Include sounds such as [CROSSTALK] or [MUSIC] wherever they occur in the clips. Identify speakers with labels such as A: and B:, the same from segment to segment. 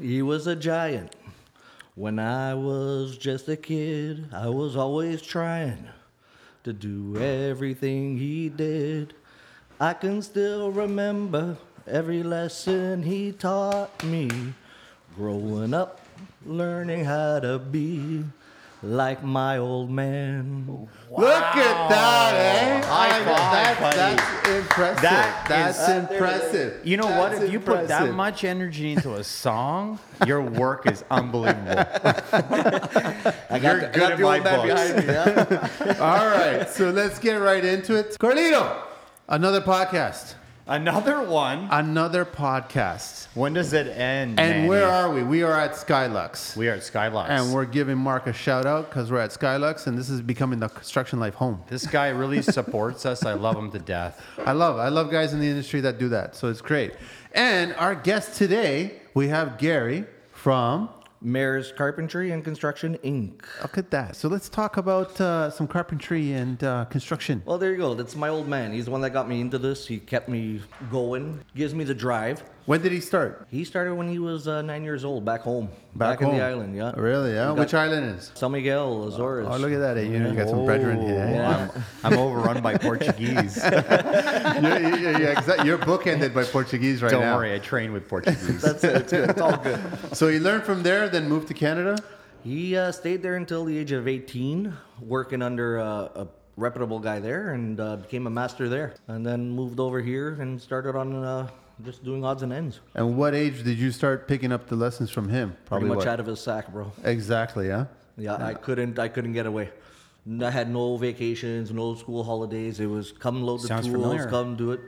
A: He was a giant. When I was just a kid, I was always trying to do everything he did. I can still remember every lesson he taught me. Growing up, learning how to be like my old man.
B: Look at that, eh?
C: High
B: I know,
C: five,
B: that's,
C: buddy.
B: that's impressive.
C: That
B: that's
C: is-
B: impressive.
C: You know what?
B: That's
C: If you put that
B: impressive.
C: much energy into a song, your work is
A: [LAUGHS]
C: unbelievable.
A: I
C: You're
A: got
C: good at my books.
B: me. [LAUGHS] All right, so let's get right into it. Carlito, another podcast.
C: Another one.
B: Another podcast.
C: When does it end?
B: And
C: Manny?
B: where are we? We are at Skylux.
C: we are at Skylocks.
B: and we're giving Mark a shout out because we're at Skylux and this is becoming the construction life home.
C: this guy really supports us. I love him to death.
B: I love I love guys in the industry that do that. So it's great. And our guest today, we have Gary from
A: Mayor's Carpentry and Construction Inc.
B: Look at that. So let's talk about uh, some carpentry and uh, construction.
A: Well, there you go. That's my old man. He's the one that got me into this. He kept me going, gives me the drive.
B: When did he start?
A: He started when he was uh, nine years old, back home, in the
B: home.
A: island. Yeah,
B: Really? Yeah.
A: He got
B: Which island is?
A: San Miguel, Azores.
B: Oh, look at that. eh? You know, you got some brethren here. eh? [LAUGHS]
A: Yeah.
C: I'm, I'm overrun by
A: [LAUGHS]
C: Portuguese.
B: you're, you're, you're, exa- you're bookended by Portuguese right
C: Don't
B: now.
C: worry, I train with Portuguese.
A: That's it. It's good. It's all good.
B: So you learned from there, then moved to Canada.
A: He uh, stayed there until the age of 18, working under uh, a reputable guy there, and uh, became a master there. And then moved over here and started on uh, just doing odds and ends.
B: And what age did you start picking up the lessons from him?
A: Pretty much
B: what?
A: out of his sack, bro.
B: Exactly. Yeah.
A: Yeah, I couldn't. I couldn't get away. I had no vacations, no school holidays. It was come load the
C: Sounds
A: tools,
C: familiar.
A: come do it.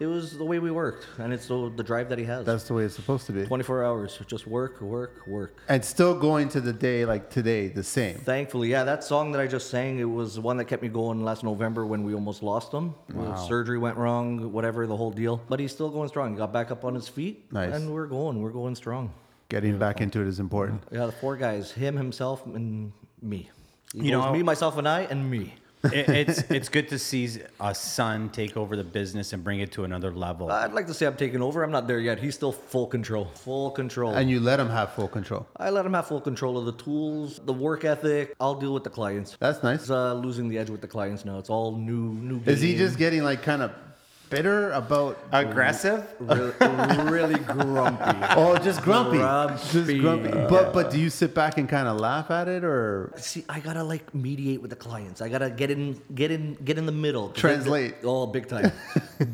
A: It was the way we worked, and it's the, the drive that he has.
B: That's the way it's supposed to be.
A: 24 hours, just work, work, work.
B: And still going to the day like today, the same.
A: Thankfully, yeah, that song that I just sang, it was the one that kept me going last November when we almost lost him. Wow. Surgery went wrong, whatever, the whole deal. But he's still going strong. He got back up on his feet,
B: Nice.
A: and we're going. We're going strong.
B: Getting back into it is important.
A: Yeah, the four guys, him, himself, and me. He
C: You
A: goes,
C: know-
A: me, myself, and I, and me.
C: It- it's it's good to see a son take over the business and bring it to another level.
A: I'd like to say I'm taking over. I'm not there yet. He's still full control. Full control.
B: And you let him have full control.
A: I let him have full control of the tools, the work ethic. I'll deal with the clients.
B: That's nice.
A: He's uh, losing the edge with the clients now. It's all new, new.
B: Is he
A: game.
B: just getting like kind of bitter about?
C: Aggressive?
A: really, really grumpy?
B: [LAUGHS] Oh, just grumpy. Just
A: Grumpy.
B: grumpy. But but do you sit back and kind of laugh at it or?
A: See, I gotta like mediate with the clients. I gotta get in, get in, get in the middle. 'Cause then-
B: Translate.
A: oh, big
B: [LAUGHS]
A: time,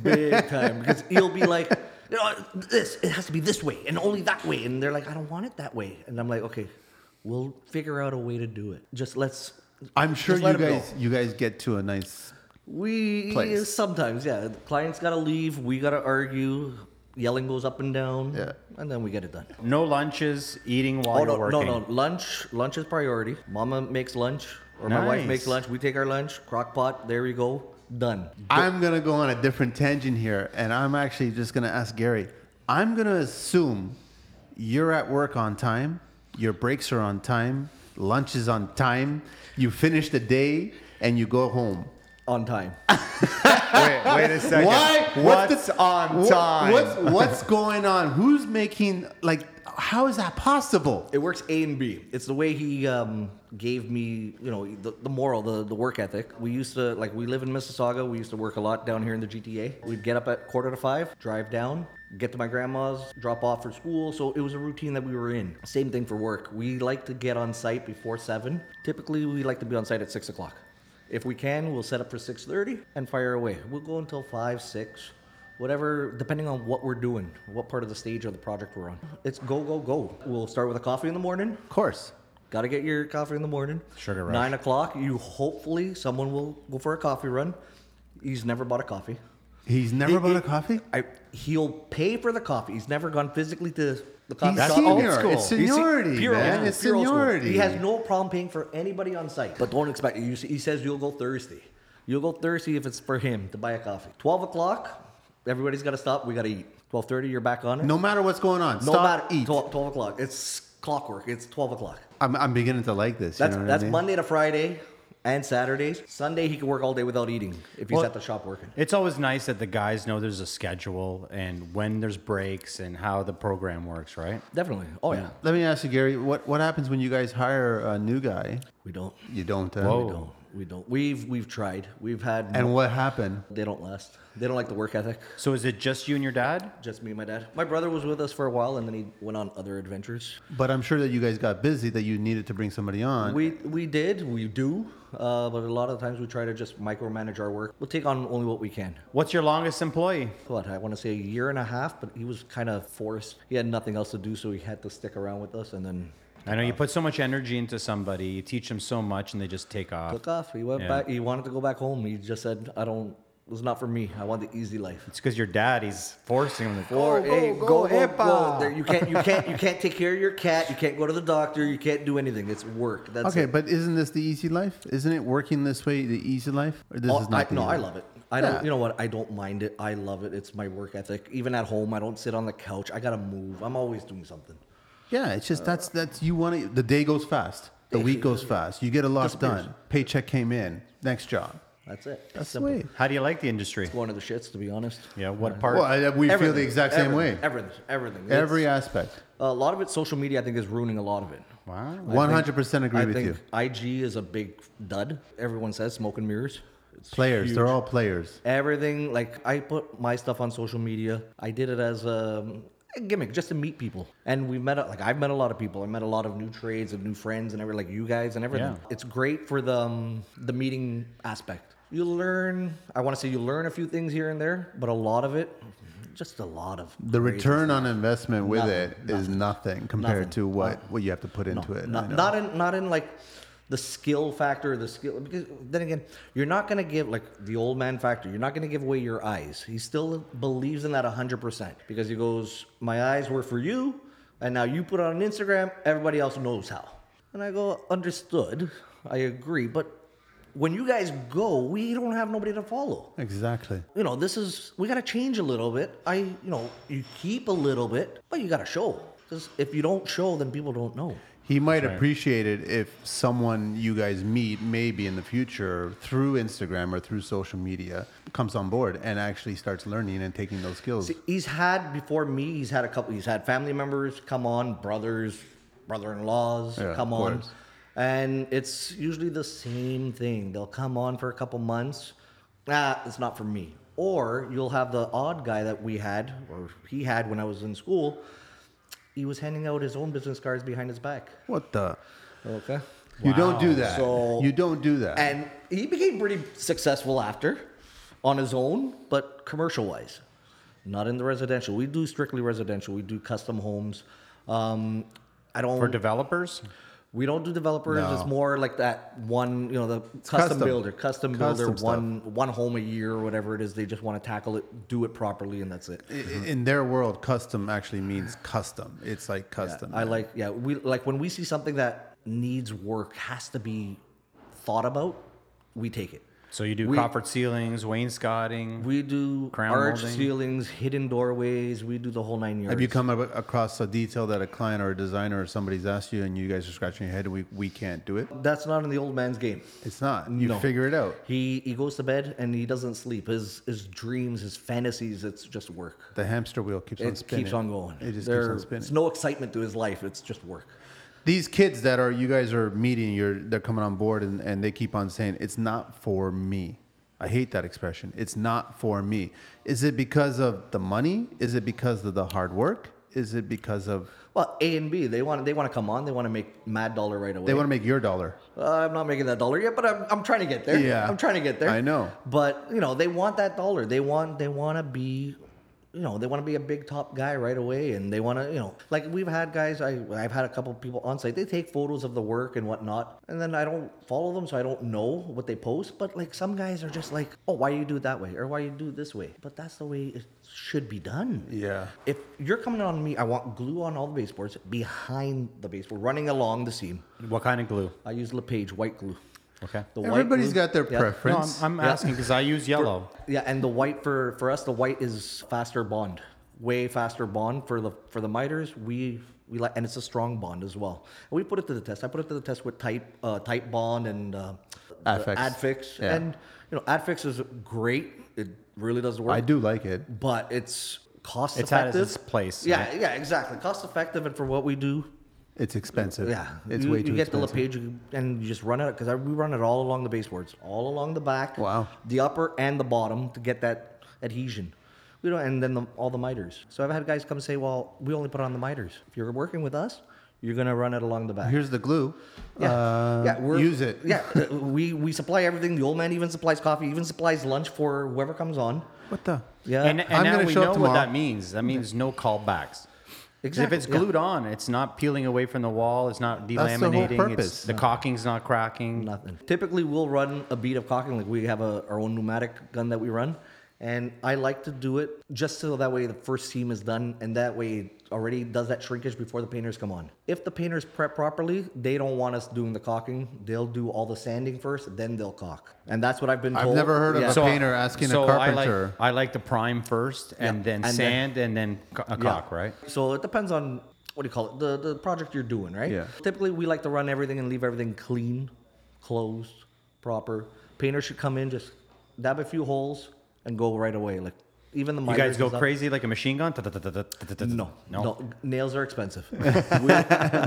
A: big time. Because he'll be like, you know, this it has to be this way and only that way, and they're like, I don't want it that way, and I'm like, okay, we'll figure out a way to do it. Just let's.
B: I'm sure
A: Just let
B: you
A: him go.
B: guys you guys get to a nice.
A: We
B: Place.
A: sometimes, yeah. The clients gotta leave. We gotta argue. Yelling goes up and down.
B: Yeah.
A: and then we get it done.
C: No lunches, eating while
A: Oh
C: you're
A: no,
C: working.
A: no, no! Lunch, lunch is priority. Mama makes lunch, or my wife makes
C: Nice.
A: lunch. We take our lunch, crock pot. There we go, done.
B: I'm gonna go on a different tangent here, and I'm actually just gonna ask Gary. I'm gonna assume you're at work on time, your breaks are on time, lunch is on time, you finish the day, and you go home.
A: On time.
C: Wait, wait a second.
B: Why?
C: What's
B: the-
C: on
B: wha-
C: time?
B: What's what's going on? Who's making like? How is that possible?
A: It works A and B. It's the way he um, gave me, you know, the, the moral, the, the work ethic. We used to like we live in Mississauga. We used to work a lot down here in the GTA. We'd get up at quarter to five, drive down, get to my grandma's, drop off for school. So it was a routine that we were in. Same thing for work. We like to get on site before seven. Typically, we like to be on site at six o'clock. If we can, we'll set up for 6:30 and fire away. We'll go until 5, 6, whatever, depending on what we're doing, what part of the stage or the project we're on. It's go, go, go. We'll start with a coffee in the morning.
B: Of course.
A: Got to get your coffee in the morning.
C: Sugar rush.
A: Nine o'clock. You hopefully someone will go for a coffee run. He's never bought a coffee.
B: He's never
A: He-
B: bought
A: he-
B: a coffee.
A: I, he'll pay for the coffee. He's never gone physically to the coffee
B: He's
A: shop.
C: old
B: senior.
C: school.
B: It's
A: He's se-
B: seniority,
A: pure old
B: man.
A: school,
B: It's
A: pure old school.
B: seniority.
A: He has no problem paying for anybody on site. But don't expect it. You see- He says you'll go Thursday. You'll go Thursday if it's for him to buy a coffee. Twelve o'clock, everybody's got to stop. We got to eat. Twelve thirty, you're back on it.
B: No matter what's going on,
A: no
B: stop.
A: matter.
B: Eat.
A: 12, 12 o'clock. It's clockwork. It's twelve o'clock.
B: I'm, I'm beginning to like this. you
A: That's
B: know what I
A: that's
B: mean?
A: Monday to Friday, and Saturdays. Sunday he can work all day without eating if he's
C: Well-
A: at the shop working.
C: It's always nice that the guys know there's a schedule and when there's breaks and how the program works, right?
A: Definitely. Oh yeah.
B: Let me ask you, Gary, what, what happens when you guys hire a new guy?
A: We don't.
B: You don't. Uh,
C: Whoa.
A: We don't. We don't. We've we've tried. We've had.
B: And what happened?
A: they don't last. They don't like the work ethic.
C: So is it just you and your dad?
A: Just me and my dad. My brother was with us for a while, and then he went on other adventures.
B: But I'm sure that you guys got busy that you needed to bring somebody on.
A: We we did. We do. Uh, but a lot of times we try to just micromanage our work. We'll take on only what we can.
C: What's your longest employee?
A: What I want to say a year and a half, but he was kind of forced. He had nothing else to do, so he had to stick around with us, and then
C: I know you put so much energy into somebody, you teach them so much, and they just take off.
A: took off. He went
C: Yeah.
A: back. He wanted to go back home. He just said, "I don't. It was not for me. I want the easy life."
C: It's because your dad, he's forcing them to
A: Or
C: go,
A: hey,
C: go, go, Epa.
A: There- You can't, you can't, you can't take care of your cat. You can't go to the doctor. You can't do anything. It's work. That's
B: okay,
A: it.
B: but isn't this the easy life? Isn't it working this way the easy life? Or this
A: Oh,
B: is not
A: I,
B: the
A: no,
B: easy
A: I
B: life?
A: love it. I
B: Yeah.
A: don't. You know what? I don't mind it. I love it. It's my work ethic. Even at home, I don't sit on the couch. I gotta move. I'm always doing something.
B: Yeah, it's
A: Uh,
B: just that's that's you want to. The day goes fast, the week goes fast. You get a lot
A: Disappears.
B: done. Paycheck came in. Next job.
A: That's it.
B: That's the
A: Simple.
B: way.
C: How do you like the industry?
A: Going to the shits, to be honest.
C: Yeah, what part?
B: Well, I- we feel the
A: Everything,
B: exact same way.
A: everything, Everything, everything. It's-
B: Every aspect.
A: a lot of it, social media, I think, is ruining a lot of it.
C: wow.
B: One hundred percent agree
A: I
B: with
A: think
B: you.
A: IG is a big dud. Everyone says smoke and mirrors. It's
B: Players,
A: huge.
B: they're all players.
A: everything like i put my stuff on social media i did it as um, a gimmick just to meet people and we met a- like i've met a lot of people i met a lot of new trades and new friends and every like you guys and everything
C: Yeah.
A: it's great for the um, the meeting aspect you learn i want to say you learn a few things here and there but a lot of it just a lot of
B: The
A: crazy
B: return
A: stuff.
B: on investment with
A: Nothing,
B: it is nothing compared
A: Nothing.
B: to what what you have to put into it. I
A: not,
B: know.
A: not in not in like the skill factor the skill because then again you're not going to give like the old man factor you're not going to give away your eyes he still believes in that 100% because he goes my eyes were for you and now you put it on instagram everybody else knows how and i go understood i agree but when you guys go we don't have nobody to follow
B: exactly.
A: you know, this is we gotta change a little bit. I, you know, you keep a little bit, but you gotta show. Because if you don't show, then people don't know.
B: He might appreciate it if someone you guys meet maybe in the future through Instagram or through social media comes on board and actually starts learning and taking those skills.
A: See, he's had before me. He's had a couple. He's had family members come on, brothers, brother-in-laws
B: Yeah,
A: come
B: of
A: on,
B: course.
A: and it's usually the same thing. They'll come on for a couple months. Ah, it's not for me. Or you'll have the odd guy that we had, or he had when I was in school. He was handing out his own business cards behind his back.
B: What the?
A: Okay.
B: You don't do that.
A: So-
B: you don't do that.
A: And he became pretty successful after on his own, but commercial wise, not in the residential. We do strictly residential, we do custom homes. Um, I don't.
C: For developers?
A: we don't do developers.
B: No.
A: It's more like that one, you know, the custom,
B: custom.
A: builder, custom, builder,
B: Custom stuff.
A: one one home a year or whatever it is. They just want to tackle it, do it properly, and that's it.
B: I- Mm-hmm. in their world, custom actually means custom. It's like custom.
A: I like yeah, we like when we see something that needs work has to be thought about. We take it.
C: So you do
A: We-
C: coffered ceilings, wainscoting.
A: We do
C: Crown
A: arch
C: molding.
A: ceilings, hidden doorways. We do the whole nine yards.
B: Have you come ab- across a detail that a client or a designer or somebody's asked you, and you guys are scratching your head? We we can't do it.
A: That's not in the old man's game.
B: It's not. You
A: No.
B: figure it out.
A: He he goes to bed and he doesn't sleep. His his dreams, his fantasies, it's just work.
B: The hamster wheel keeps on
A: It
B: spinning.
A: keeps on going.
B: It just
A: There-
B: keeps on
A: It's
B: spinning.
A: no excitement to his life. It's just work.
B: These kids that are you guys are meeting, you're they're coming on board, and, and they keep on saying it's not for me. I hate that expression. It's not for me. Is it because of the money? Is it because of the hard work? Is it because of
A: Well, A and B, they want they want to come on. They want to make mad dollar right away.
B: they want to make your dollar?
A: Uh, I'm not making that dollar yet, but I'm, I'm trying to get there.
B: Yeah.
A: I'm trying to get there.
B: I know.
A: But you know, they want that dollar. They want they want to be, you know, they want to be a big top guy right away, and they want to, you know, like we've had guys. I I've had a couple people on site. They take photos of the work and whatnot, and then I don't follow them, so I don't know what they post. But like some guys are just like, oh, why you do it that way, or why you do it this way. But that's the way it should be done.
B: Yeah.
A: If you're coming on me, I want glue on all the baseboards behind the baseboard, running along the seam.
C: what kind of glue?
A: I use LePage white glue.
C: Okay.
A: The
B: Everybody's got their
A: yeah.
C: No, I'm,
B: preference.
C: I'm asking because I use yellow.
A: Yeah, and the white for for us, the white is faster bond, way faster bond for the for the miters. We we like, and it's a strong bond as well. And we put it to the test. I put it to the test with type uh, type bond and uh,
B: Adfix.
A: the Adfix,
B: Yeah.
A: and you know Adfix is great. It really does the work.
B: I do like it.
A: but it's cost
C: It's had
A: effective.
C: its place,
A: Yeah,
C: right?
A: yeah, exactly. Cost effective, and for what we do,
B: It's expensive.
A: yeah,
B: it's
A: you,
B: way
A: you
B: too
A: get
B: expensive.
A: the LePage you- and you just run it because we run it all along the baseboards, all along the back.
B: Wow.
A: The upper and the bottom to get that adhesion. We don't, and then the, all the miters. So I've had guys come say, "Well, we only put on the miters. If you're working with us, you're gonna run it along the back."
B: Here's the glue.
A: Yeah,
B: Uh,
A: yeah, we're,
B: use it. [LAUGHS]
A: Yeah, we we supply everything. The old man even supplies coffee, even supplies lunch for whoever comes on.
B: What the?
A: Yeah,
C: And, and
B: Uh, I'm
C: now
B: gonna
C: we
B: show up
C: know what
B: tomorrow.
C: that means. That means no callbacks. 'Cause If
A: Exactly,
C: it's
A: yeah.
C: glued on, it's not peeling away from the wall. It's not
B: That's the whole
C: delaminating.
B: purpose.
C: it's, the caulking's not cracking.
A: Nothing. Typically, we'll run a bead of caulking. Like we have a, our own pneumatic gun that we run, and I like to do it just so that way the first seam is done, and that way it already does that shrinkage before the painters come on. If the painters prep properly, they don't want us doing the caulking. They'll do all the sanding first, then they'll caulk, and that's what I've been
B: I've
A: told.
B: never heard of a
A: Yeah.
B: So- painter asking a carpenter.
C: I like, I like the prime first and
A: Yeah.
C: then
A: And then-
C: sand and then co- a
A: Yeah.
C: caulk, right?
A: So it depends on what do you call it, the the project you're doing, right?
B: Yeah.
A: Typically, we like to run everything and leave everything clean, closed, proper. Painter should come in, just dab a few holes, and go right away. Like even the
C: You guys
A: miters
C: go
A: and stuff-
C: crazy like a machine gun?
A: No, no,
C: No.
A: Nails are expensive. we,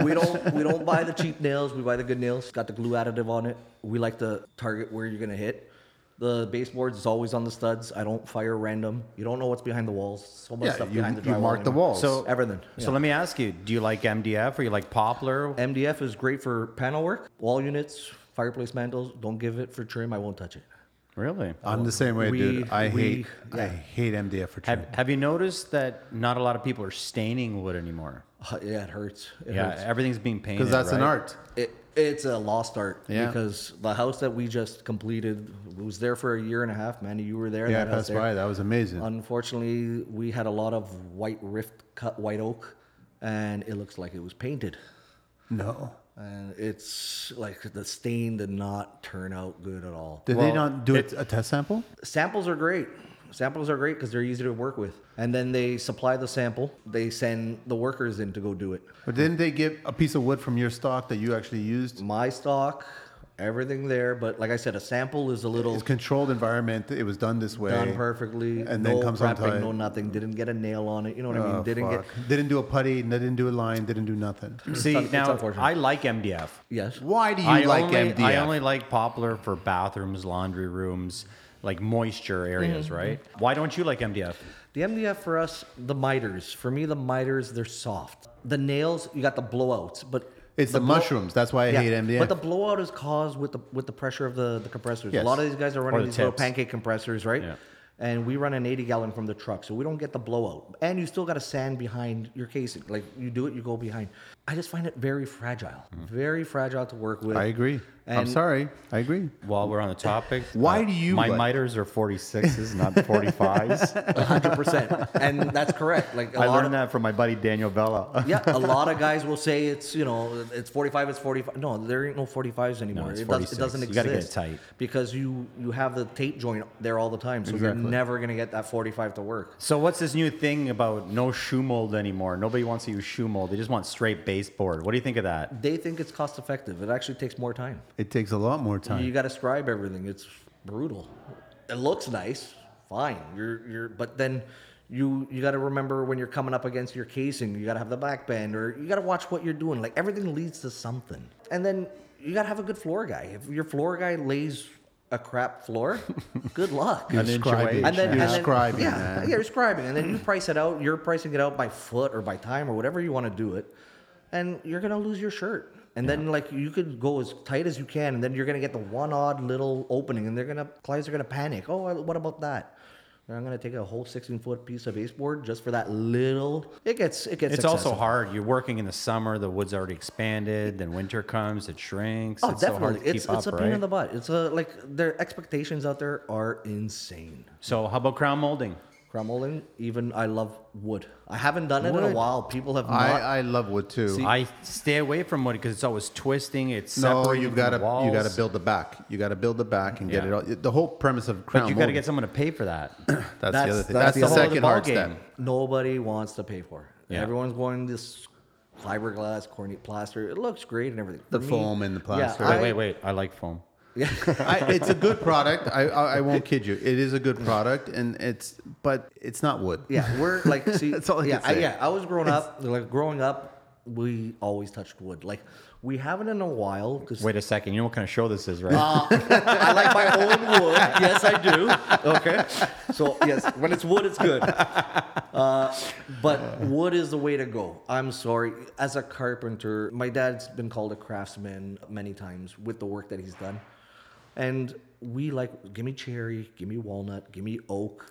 A: we don't we don't buy the cheap nails. We buy the good nails. Got the glue additive on it. We like to target where you're gonna hit. The baseboards is always on the studs. I don't fire random. You don't know what's behind the walls. So much
B: Yeah,
A: stuff
B: you-
A: behind the
B: you
A: drywall.
B: mark the
A: anymore.
B: walls.
C: So
A: everything.
C: So let me ask you: Do you like MDF or you like poplar?
A: MDF is great for panel work, wall units, fireplace mantles. Don't give it for trim. I won't touch it.
C: Really?
B: I'm the same way,
A: Oh, We-
B: dude. I
A: we-
B: hate I
A: yeah.
B: hate MDF for trim.
C: Have Have you noticed that not a lot of people are staining wood anymore?
A: Uh, yeah, it hurts. It
C: yeah,
A: hurts.
C: everything's being painted.
B: Because that's an
C: right?
B: art.
A: It, it's a lost art
B: Yeah.
A: because the house that we just completed was there for a year and a half. Manny, you were there.
B: Yeah, I
A: that house
B: passed
A: there.
B: by. That was amazing.
A: Unfortunately, we had a lot of white rift cut white oak, and it looks like it was painted.
B: no.
A: And it's like the stain did not turn out good at all.
B: Did they
C: Well,
B: not do it, a test sample?
A: samples are great. Samples are great because they're easy to work with. And then they supply the sample. They send the workers in to go do it.
B: But didn't they give a piece of wood from your stock that you actually used?
A: My stock, everything there. But like I said, a sample is a little
B: It's controlled environment. It was done this way.
A: done perfectly.
B: And
A: no
B: then comes on
A: prepping,
B: tight.
A: no nothing. Didn't get a nail on it. You know what I
B: Oh,
A: mean? Didn't
B: fuck. Didn't do a putty. Didn't do a line. Didn't do nothing.
C: See
A: un- it's
C: now,
A: unfortunate.
C: I like MDF.
A: get yes.
B: Why do you
C: I
B: like
C: only,
B: MDF?
C: I only like poplar for bathrooms, laundry rooms, like moisture areas, right? Why don't you like MDF?
A: The MDF for us, the miters. For me, the miters they're soft. The nails, you got the blowouts, but
B: it's the,
A: blow-
B: mushrooms. That's why I
A: Yeah,
B: hate MDF.
A: But the blowout is caused with the with the pressure of the, the compressors.
B: Yes.
A: A lot of these guys are running
C: the
A: these little
C: tips.
A: pancake compressors, right?
C: Yeah.
A: And we run an 80 gallon from the truck, so we don't get the blowout. And you still got to sand behind your casing. Like you do it, you go behind. I just find it very fragile,
C: Mm-hmm.
A: very fragile to work with.
B: I agree. I'm
A: And-
B: sorry. I agree.
C: While we're on the topic, uh,
B: Why do you
C: My
B: like-
C: miters are 46s, not 45s.
A: 100%. and that's correct. Like a
C: I
A: lot
C: learned
A: of,
C: that from my buddy Daniel [LAUGHS] Bella.
A: Yeah, a lot of guys will say it's you know it's 45, it's 45. No, there ain't no 45s anymore.
C: it's
A: it, does,
C: 46.
A: it doesn't
C: You
A: exist.
C: gotta get it tight.
A: because you you have the tape joint there all the time, so
B: Exactly.
A: you're never gonna get that 45 to work.
C: So what's this new thing about no shoe mold anymore? Nobody wants to use shoe mold. They just want straight baseboard. What do you think of that?
A: They think it's cost effective. It actually takes more time.
B: It takes a lot more time.
A: You got to scribe everything. It's brutal. It looks nice, fine. You're you're, but then. You, you got to remember when you're coming up against your casing, you got to have the back bend, or you got to watch what you're doing. Like everything leads to something. And then you got to have a good floor guy. If your floor guy lays a crap floor, good luck.
B: You're
C: An inch
B: scribing.
C: away.
A: and then,
B: you're
A: and then-
B: scribing,
A: yeah,
B: man.
A: yeah, you're scribing, and then you price it out. You're pricing it out by foot or by time or whatever you want to do it, and you're gonna lose your shirt. And then like you could go as tight as you can, and then you're gonna get the one odd little opening, and they're gonna clients are gonna panic. Oh, I- what about that? And I'm gonna take a whole 16 foot piece of baseboard just for that little. It gets it gets.
C: It's also
A: excessive.
C: hard. You're working in the summer. The wood's already expanded. Then winter comes. It shrinks.
A: Oh,
C: it's so hard
A: definitely.
C: to
A: it's
C: keep
A: it's
C: up,
A: a pain
C: right?
A: in the butt. It's a like their expectations out there are insane.
C: So how about crown molding?
A: Crumbling, even I love wood. I haven't done it in
B: Wood.
A: a while. People have not.
B: I, I love wood too.
C: I stay away from wood because it's always twisting. It's
B: no,
C: separating
B: you've
C: from
B: got
C: the
B: to you got
C: walls.
B: to build the back. You got to build the back and get
C: Yeah.
B: it all. The whole premise of crown.
C: But you got to
B: molding-
C: get someone to pay for that.
B: [COUGHS] That's,
A: That's-
B: the other thing.
A: that's
B: That's,
A: the
B: the,
A: whole
C: other
B: second hard
C: ballgame.
B: step.
A: nobody wants to pay for it.
C: Yeah.
A: Everyone's going this fiberglass, corny plaster. It looks great and everything.
B: The
A: For me-
B: foam and the
A: Yeah,
B: plaster.
C: wait,
A: I-
C: wait, wait. I like foam.
B: I, it's a good product. I, I I won't kid you. It is a good product, and it's but it's not wood.
A: Yeah, we're like,
B: [LAUGHS]
A: see,
B: That's all I
A: yeah,
B: can say.
A: yeah. I was growing up, like growing up, we always touched wood. Like we haven't in a while because
C: Wait a second. You know what kind of show this is, right?
B: Um,
A: I like my own
B: [LAUGHS]
A: wood. Yes, I do. Okay, so yes, when it's wood, it's good. Uh, but wood is the way to go. I'm sorry. As a carpenter, my dad's been called a craftsman many times with the work that he's done, and we like give me cherry, give me walnut, give me oak.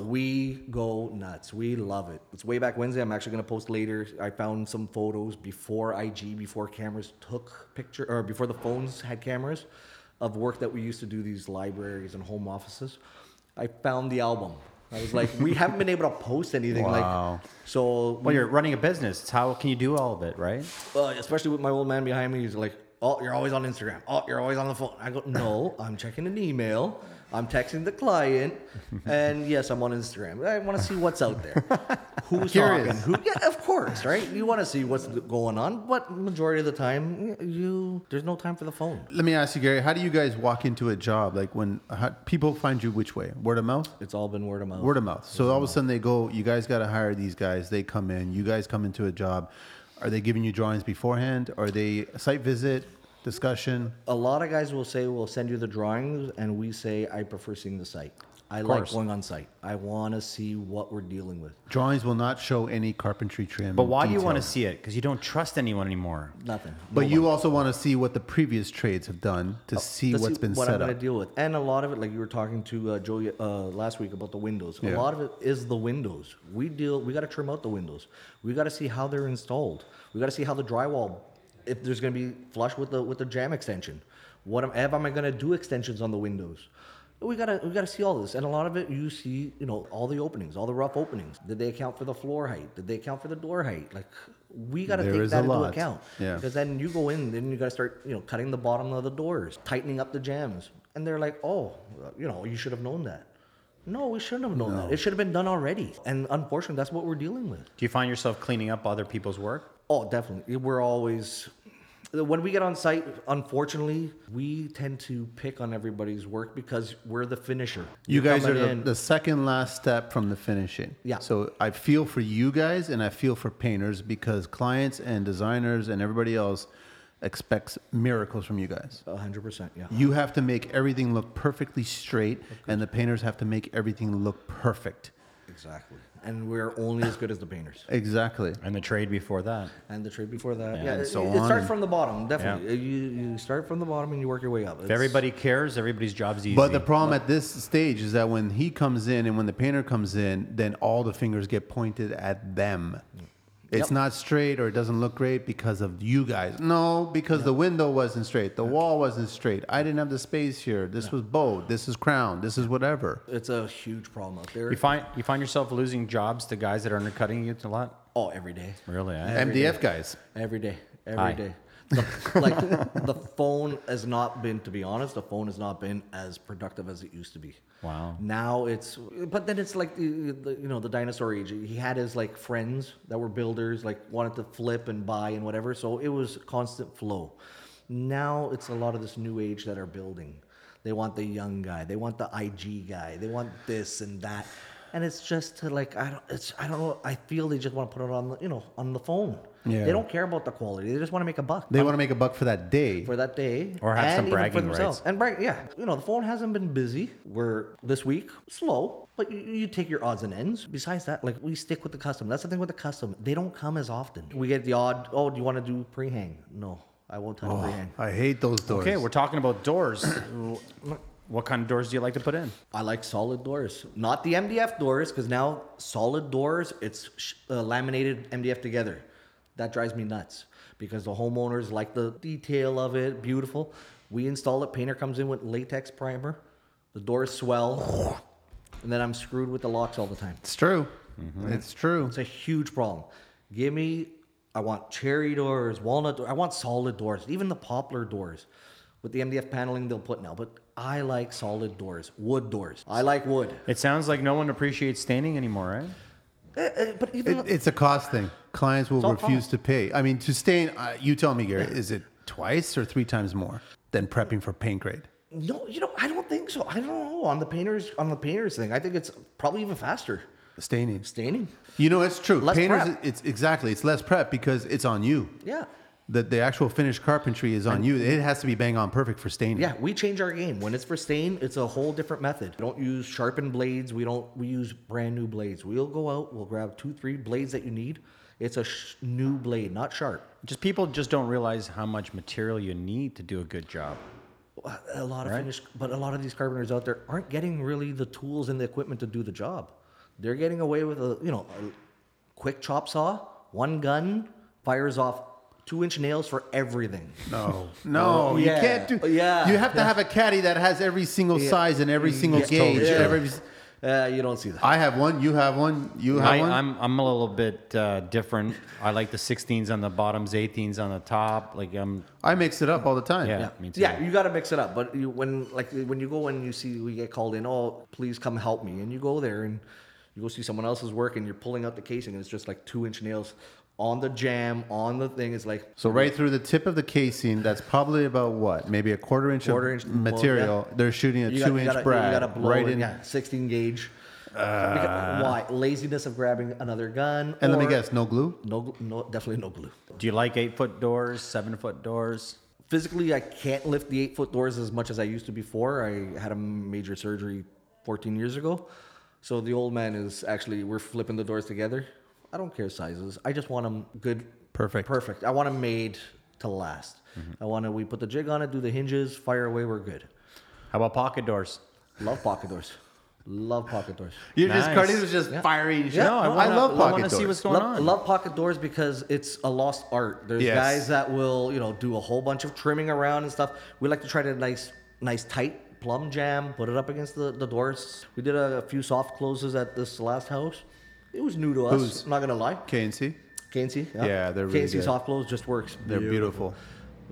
A: We go nuts. We love it. It's way back Wednesday. I'm actually gonna post later. I found some photos before IG, before cameras took picture or before the phones had cameras of work that we used to do these libraries and home offices. I found the album. I was like, we haven't been able to post anything.
B: Wow.
A: Like, so
C: well, you're running a business. It's How can you do all of it, right?
A: uh, especially with my old man behind me, he's like, "Oh, you're always on Instagram. Oh, you're always on the phone." I go, "No, I'm checking an email. I'm texting the client, and yes, I'm on Instagram. I want to see what's out
B: [LAUGHS]
A: there. Who's
B: Curious.
A: talking? Who? Yeah, of course, right? You want to see what's going on, but majority of the time, you there's no time for the phone.
B: Let me ask you, Gary. How do you guys walk into a job? Like when how, people find you, which way? Word of mouth.
A: It's all been word of mouth.
B: Word of mouth. So all of a sudden they go, you guys got to hire these guys. They come in. You guys come into a job. Are they giving you drawings beforehand? Are they site visit discussion?
A: a lot of guys will say we'll send you the drawings and we say i prefer seeing the site i like
C: course.
A: going on site i want to see what we're dealing with
B: Drawings will not show any carpentry trim.
C: But why do you want to
B: details.
C: see it? Because you don't trust anyone anymore.
A: nothing
B: But you also want to see what the previous trades have done to see
A: Oh, That's
B: what's been
A: what
B: set
A: I'm
B: up.
A: going to deal with. And a lot of it, like you were talking to uh, Joey uh, last week about the windows. A
B: Yeah.
A: lot of it is the windows. We deal. We got to trim out the windows. We got to see how they're installed. We got to see how the drywall, if there's going to be flush with the with the jam extension. What am, am I going to do extensions on the windows? We gotta we gotta see all this, and a lot of it you see, you know, all the openings, all the rough openings. Did they account for the floor height? Did they account for the door height? Like we gotta
B: There
A: take
B: is a
A: that into
B: lot.
A: account.
B: Yeah.
A: Because then you go in, then you gotta start, you know, cutting the bottom of the doors, tightening up the jams, and they're like, "Oh, you know, you should have known that." No, we shouldn't have known that. It should have been done already. And unfortunately, that's what we're dealing with.
C: Do you find yourself cleaning up other people's work?
A: Oh, definitely. We're always when we get on site. Unfortunately, we tend to pick on everybody's work because we're the finisher.
B: You
A: You're
B: guys are
A: coming
B: the,
A: in-
B: the second last step from the finishing.
A: Yeah.
B: So I feel for you guys and I feel for painters because clients and designers and everybody else expects miracles from you guys.
A: A hundred percent. Yeah.
B: You have to make everything look perfectly straight and the painters have to make everything look perfect.
A: Exactly. And we're only as good as the painters.
B: Exactly.
C: And the trade before that.
A: And the trade before that. Yeah,
C: and
A: it,
B: so
A: it
B: on
A: starts
B: and-
A: from the bottom, definitely. You, you start from the bottom and you work your way up.
C: If everybody cares, everybody's job's easy.
B: But the problem at this stage is that when he comes in and when the painter comes in, then all the fingers get pointed at them. It's
A: Yep.
B: not straight or it doesn't look great because of you guys. No, because the window wasn't straight, the wall wasn't straight. I didn't have the space here. This was bowed. This is crowned. This is whatever.
A: it's a huge problem out there.
C: you find you find yourself losing jobs to guys that are undercutting you a lot.
A: oh, every day.
C: Really? eh?
A: Every
B: MDF guys.
A: Every day.
C: Hi.
A: every
C: [LAUGHS]
A: day. The, like the phone has not been, to be honest, the phone has not been as productive as it used to be.
C: Wow.
A: Now it's, but then it's like the, the you know the dinosaur age. He had his like friends that were builders, like wanted to flip and buy and whatever. So it was constant flow. Now it's a lot of this new age that are building. They want the young guy. They want the IG guy. They want this and that. And it's just to like I don't it's I don't know I feel they just want to put it on the you know on the phone.
B: Yeah.
A: They don't care about the quality. They just want to make a buck
B: They want to make a buck for that day.
A: for that day,
C: Or have
A: and
C: some
A: even for
C: bragging
A: themselves.
C: rights.
A: And brag, yeah, you know, the phone hasn't been busy. We're this week slow, but you, you take your odds and ends. Besides that, like we stick with the custom. That's the thing with the custom; they don't come as often. We get the odd, oh, do you want to do pre-hang? No, I won't touch pre-hang.
B: I hate those doors.
C: Okay, we're talking about doors. what kind of doors do you like to put in?
A: I like solid doors, not the MDF doors, because now solid doors, it's sh- uh, laminated MDF together. That drives me nuts because the homeowners like the detail of it, beautiful. We install it, painter comes in with latex primer, the doors swell, and then I'm screwed with the locks all the time.
B: it's true.
A: Mm-hmm.
B: It's true.
A: It's a huge problem. Give me, I want cherry doors, walnut doors, I want solid doors, even the poplar doors. With the MDF paneling they'll put now, but I like solid doors, wood doors. I like wood.
C: It sounds like no one appreciates staining anymore, right?
A: Uh, uh, but even
B: It, it's a cost thing. Clients will
A: all
B: refuse
A: cost.
B: to pay. I mean, to stain, uh, you tell me, Gary, is it twice or three times more than prepping for paint grade?
A: No, you know, I don't think so. I don't know on the painters on the painters thing. I think it's probably even faster
B: Staining.
A: staining.
B: You know, it's true.
A: Less
B: Painters,
A: prep.
B: it's exactly. It's less prep because it's on you.
A: Yeah,
B: The, the actual finished carpentry is on you. It has to be bang on perfect for staining.
A: yeah. We change our game when it's for stain. It's a whole different method. We don't use sharpened blades. We don't. We use brand new blades. We'll go out. We'll grab two, three blades that you need. It's a sh- new blade, not sharp.
C: Just people just don't realize how much material you need to do a good job.
A: a lot of finish, but a lot of these carpenters out there aren't getting really the tools and the equipment to do the job. They're getting away with a you know a quick chop saw, one gun fires off two inch nails for everything. [LAUGHS]
B: No, no,
A: Oh,
B: you
A: yeah.
B: can't do.
A: Yeah. Mm,
B: you have to have a caddy that has every single size and every single gauge.
A: Yeah.
B: Every,
A: Uh, you don't see that.
B: I have one. You have one. You have
C: I,
B: one.
C: I'm I'm a little bit uh, different. I like the 16s on the bottoms, 18s on the top. Like I'm
B: I mix it up all the time.
C: yeah, me too.
A: Yeah, you got to mix it up. But you, when like when you go and you see we get called in, oh please come help me, and you go there and you go see someone else's work and you're pulling out the casing and it's just like two inch nails on the jam on the thing. It's like
B: So right through the tip of the casing, that's probably about what, maybe a quarter inch
A: Quarter
B: of
A: inch, well,
B: material. They're shooting a
A: You got- you
B: two
A: gotta-
B: inch
A: you
B: brad
A: gotta blow
B: right
A: it,
B: in. Uh.
A: yeah, 16 gauge. Because- why? Laziness of grabbing another gun.
B: And let me
A: or-
B: guess, no glue.
A: No, gl- no, definitely no glue.
C: Do you like eight foot doors, seven foot doors?
A: Physically, I can't lift the eight foot doors as much as I used to before. I had a major surgery 14 years ago. So the old man is actually, we're flipping the doors together. I don't care sizes. I just want them good.
B: Perfect. Mm-hmm.
A: Perfect. I want them made to last. I want to, we put the jig on it, do the hinges, fire away, we're good.
C: How about pocket doors?
A: Love pocket doors. Love pocket doors.
B: You're just
C: Nice.
B: Cardi was just firing. shit.
A: No, I
B: I,
C: wanna-
B: love pocket
C: wanna
B: doors.
C: see what's going
A: love,
C: on.
A: love pocket doors because it's a lost art. There's
B: Yes.
A: guys that will, you know, do a whole bunch of trimming around and stuff. We like to try to nice, nice tight plumb jam, put it up against the, the doors. We did a, few soft closes at this last house. It was new to us.
B: Who's-
A: I'm not gonna lie.
B: K and C.
A: KNC.
B: Yeah, they're really
A: KNC
B: good.
A: soft close just works.
B: They're beautiful.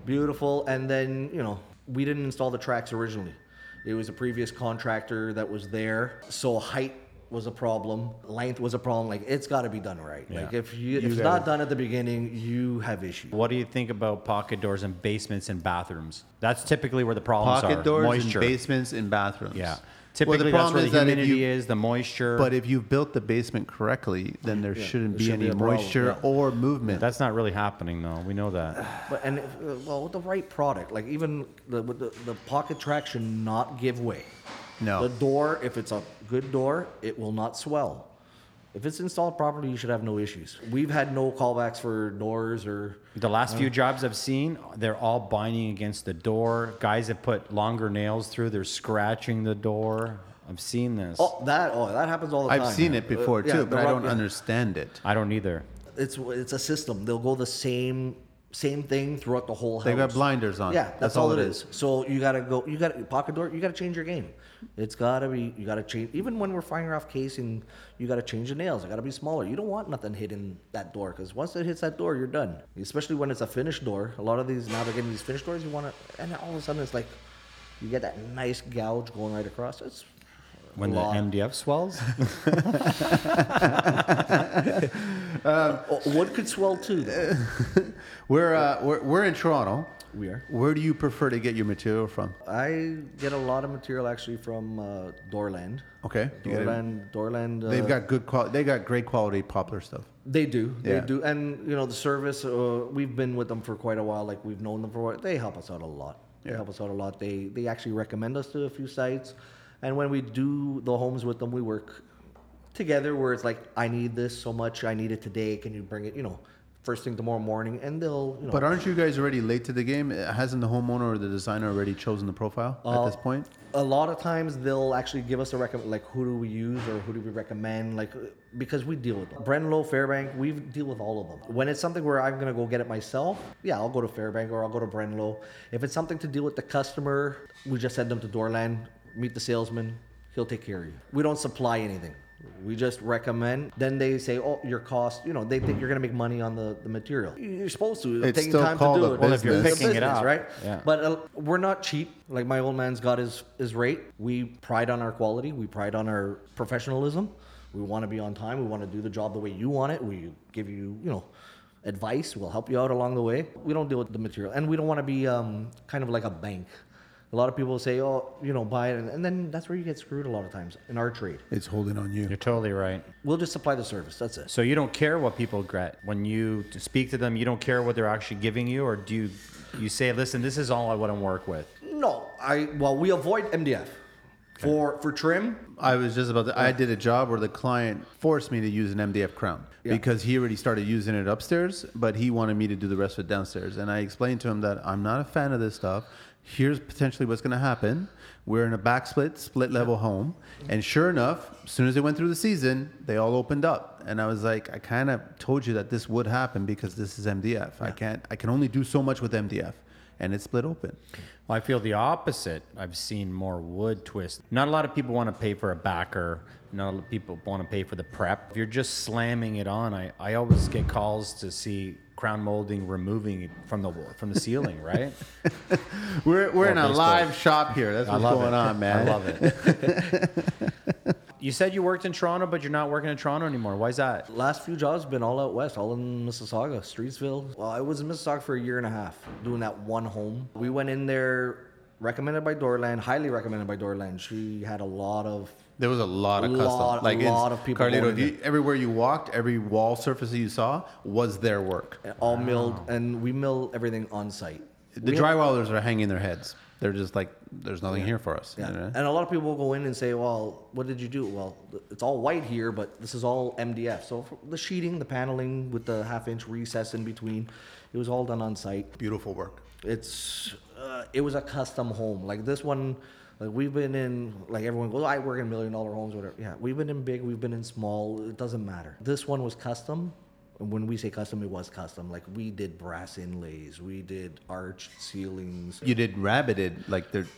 A: beautiful. And then you know, we didn't install the tracks originally. It was a previous contractor that was there, so height was a problem, length was a problem. Like it's got to be done right. Like if you, if it's
B: gotta-
A: not done at the beginning, you have issues.
C: What do you think about pocket doors in basements and bathrooms? That's typically where the problems
B: Pocket
C: are.
B: doors
C: moisture.
B: in basements and bathrooms.
C: yeah.
B: Well,
C: Typically,
B: the
C: that's where
B: problem
C: the
B: is that if
C: humidity
B: you,
C: is, the moisture.
B: but if you built the basement correctly, then there shouldn't
A: there
B: be
A: shouldn't
B: any
A: be a problem,
B: moisture
A: yeah.
B: or movement.
C: that's not really happening, though. We know that.
A: But and if, uh, well, with the right product, like even the with the, the pocket track should not give way.
B: No.
A: The door, if it's a good door, it will not swell. If it's installed properly, you should have no issues. We've had no callbacks for doors or
C: The last few jobs I've seen, they're all binding against the door. Guys have put longer nails through. They're scratching the door. I've seen this.
A: oh that oh that happens all the time.
B: I've seen it
A: Uh,
B: before
A: yeah,
B: too,
A: the
B: but I
A: rug-
B: don't
A: yeah.
B: understand it.
C: I don't either.
A: It's it's a system. They'll go the same same thing throughout the whole house.
B: They got blinders on.
A: Yeah, that's, all, it is. So you gotta go. You got to pocket door. You gotta change your game. It's gotta be. You gotta change. Even when we're firing off casing, you gotta change the nails. It gotta be smaller. You don't want nothing hitting that door because once it hits that door, you're done. Especially when it's a finished door. A lot of these now they're getting these finished doors. You want to, and all of a sudden it's like you get that nice gouge going right across. It's a
C: When the
A: lot.
C: MDF swells, [LAUGHS]
A: Oh, wood could swell too.
B: [LAUGHS]
A: though.
B: We're, uh, we're we're in Toronto.
A: We are.
B: Where do you prefer to get your material from?
A: I get a lot of material actually from uh, Doorland.
B: Okay. you gotta-
A: Doorland, Doorland. Uh,
B: they've got good quality. They got great quality poplar stuff.
A: They do.
B: Yeah.
A: They do. And you know the service. Uh, we've been with them for quite a while. Like we've known them for a while. They help us out a lot. They
B: Yeah.
A: help us out a lot. They they actually recommend us to a few sites, and when we do the homes with them, we work together. Where it's like, I need this so much. I need it today. Can you bring it? You know, first thing tomorrow morning, and they'll. You know,
B: But aren't you guys already late to the game? Uh, Hasn't the homeowner or the designer already chosen the profile at this point?
A: a lot of times they'll actually give us a recommend like who do we use or who do we recommend like because we deal with them. Brenlow, Fairbank, we deal with all of them. When it's something where I'm gonna go get it myself, yeah, I'll go to Fairbank or I'll go to Brenlow. If it's something to deal with the customer, we just send them to Doorland, meet the salesman, he'll take care of you. We don't supply anything. We just recommend. Then they say, "Oh, your cost." You know, they think you're going to make money on the, the material. You're supposed to.
B: It's
A: taking
B: still
A: time
B: called
A: to
B: a
A: do it.
B: Well, if
C: you're
A: It's a
C: picking it
A: business,
C: up.
A: right?
C: Yeah.
A: But uh, we're not cheap. Like my old man's got his his rate. We pride on our quality. We pride on our professionalism. We want to be on time. We want to do the job the way you want it. We give you, you know, advice. We'll help you out along the way. We don't deal with the material, and we don't want to be um, kind of like a bank A lot of people say, oh, you know, buy it. And, and then that's where you get screwed a lot of times in our trade.
B: It's holding on you.
C: You're totally right.
A: We'll just supply the service. That's it.
C: So you don't care what people regret when you t- speak to them. You don't care what they're actually giving you, or do you? You say, listen, this is all I want to work with.
A: No, I, well, we avoid MDF. For, for trim,
B: I was just about to, I did a job where the client forced me to use an MDF crown
A: Yeah.
B: because he already started using it upstairs, but he wanted me to do the rest of it downstairs. And I explained to him that I'm not a fan of this stuff. Here's potentially what's going to happen. We're in a back split, split level home. And sure enough, as soon as they went through the season, they all opened up. And I was like, I kind of told you that this would happen because this is MDF. I can't, I can only do so much with MDF. And it's split open.
C: Well, I feel the opposite. I've seen more wood twist. Not a lot of people want to pay for a backer. Not a lot of people want to pay for the prep. If you're just slamming it on, I, I always get calls to see crown molding removing it from the wall- from the [LAUGHS] ceiling, right?
B: We're, we're in a
C: baseball.
B: live shop here. That's
C: I
B: what's
C: love
B: going
C: it.
B: on, man.
C: I love it. you said you worked in Toronto, but you're not working in Toronto anymore. Why is that?
A: last few jobs been all out west, all in Mississauga, Streetsville. Well, I was in Mississauga for a year and a half doing that one home. We went in there, recommended by Doorland, highly recommended by Doorland. She had a lot of
B: There was a lot of
A: A
B: custom,
A: lot-
B: like it's-
A: lot of people
B: Carlito,
A: wanted
B: if you, everywhere you walked, every wall surface that you saw was their work.
A: all milled, and we mill everything on site.
B: The drywallers are hanging their heads. They're just like, there's nothing here for us.
A: Yeah.
B: you know?
A: And a lot of people will go in and say, well, what did you do? Well, th- it's all white here, but this is all MDF. So for the sheeting, the paneling with the half inch recess in between, it was all done on site.
B: Beautiful work.
A: It's, uh, it was a custom home. Like this one, like we've been in, like everyone goes, "Oh, I work in million dollar homes, whatever. Yeah, we've been in big, we've been in small, it doesn't matter. This one was custom. And when we say custom, it was custom. Like we did brass inlays, we did arched ceilings,
B: You did rabbited, like they're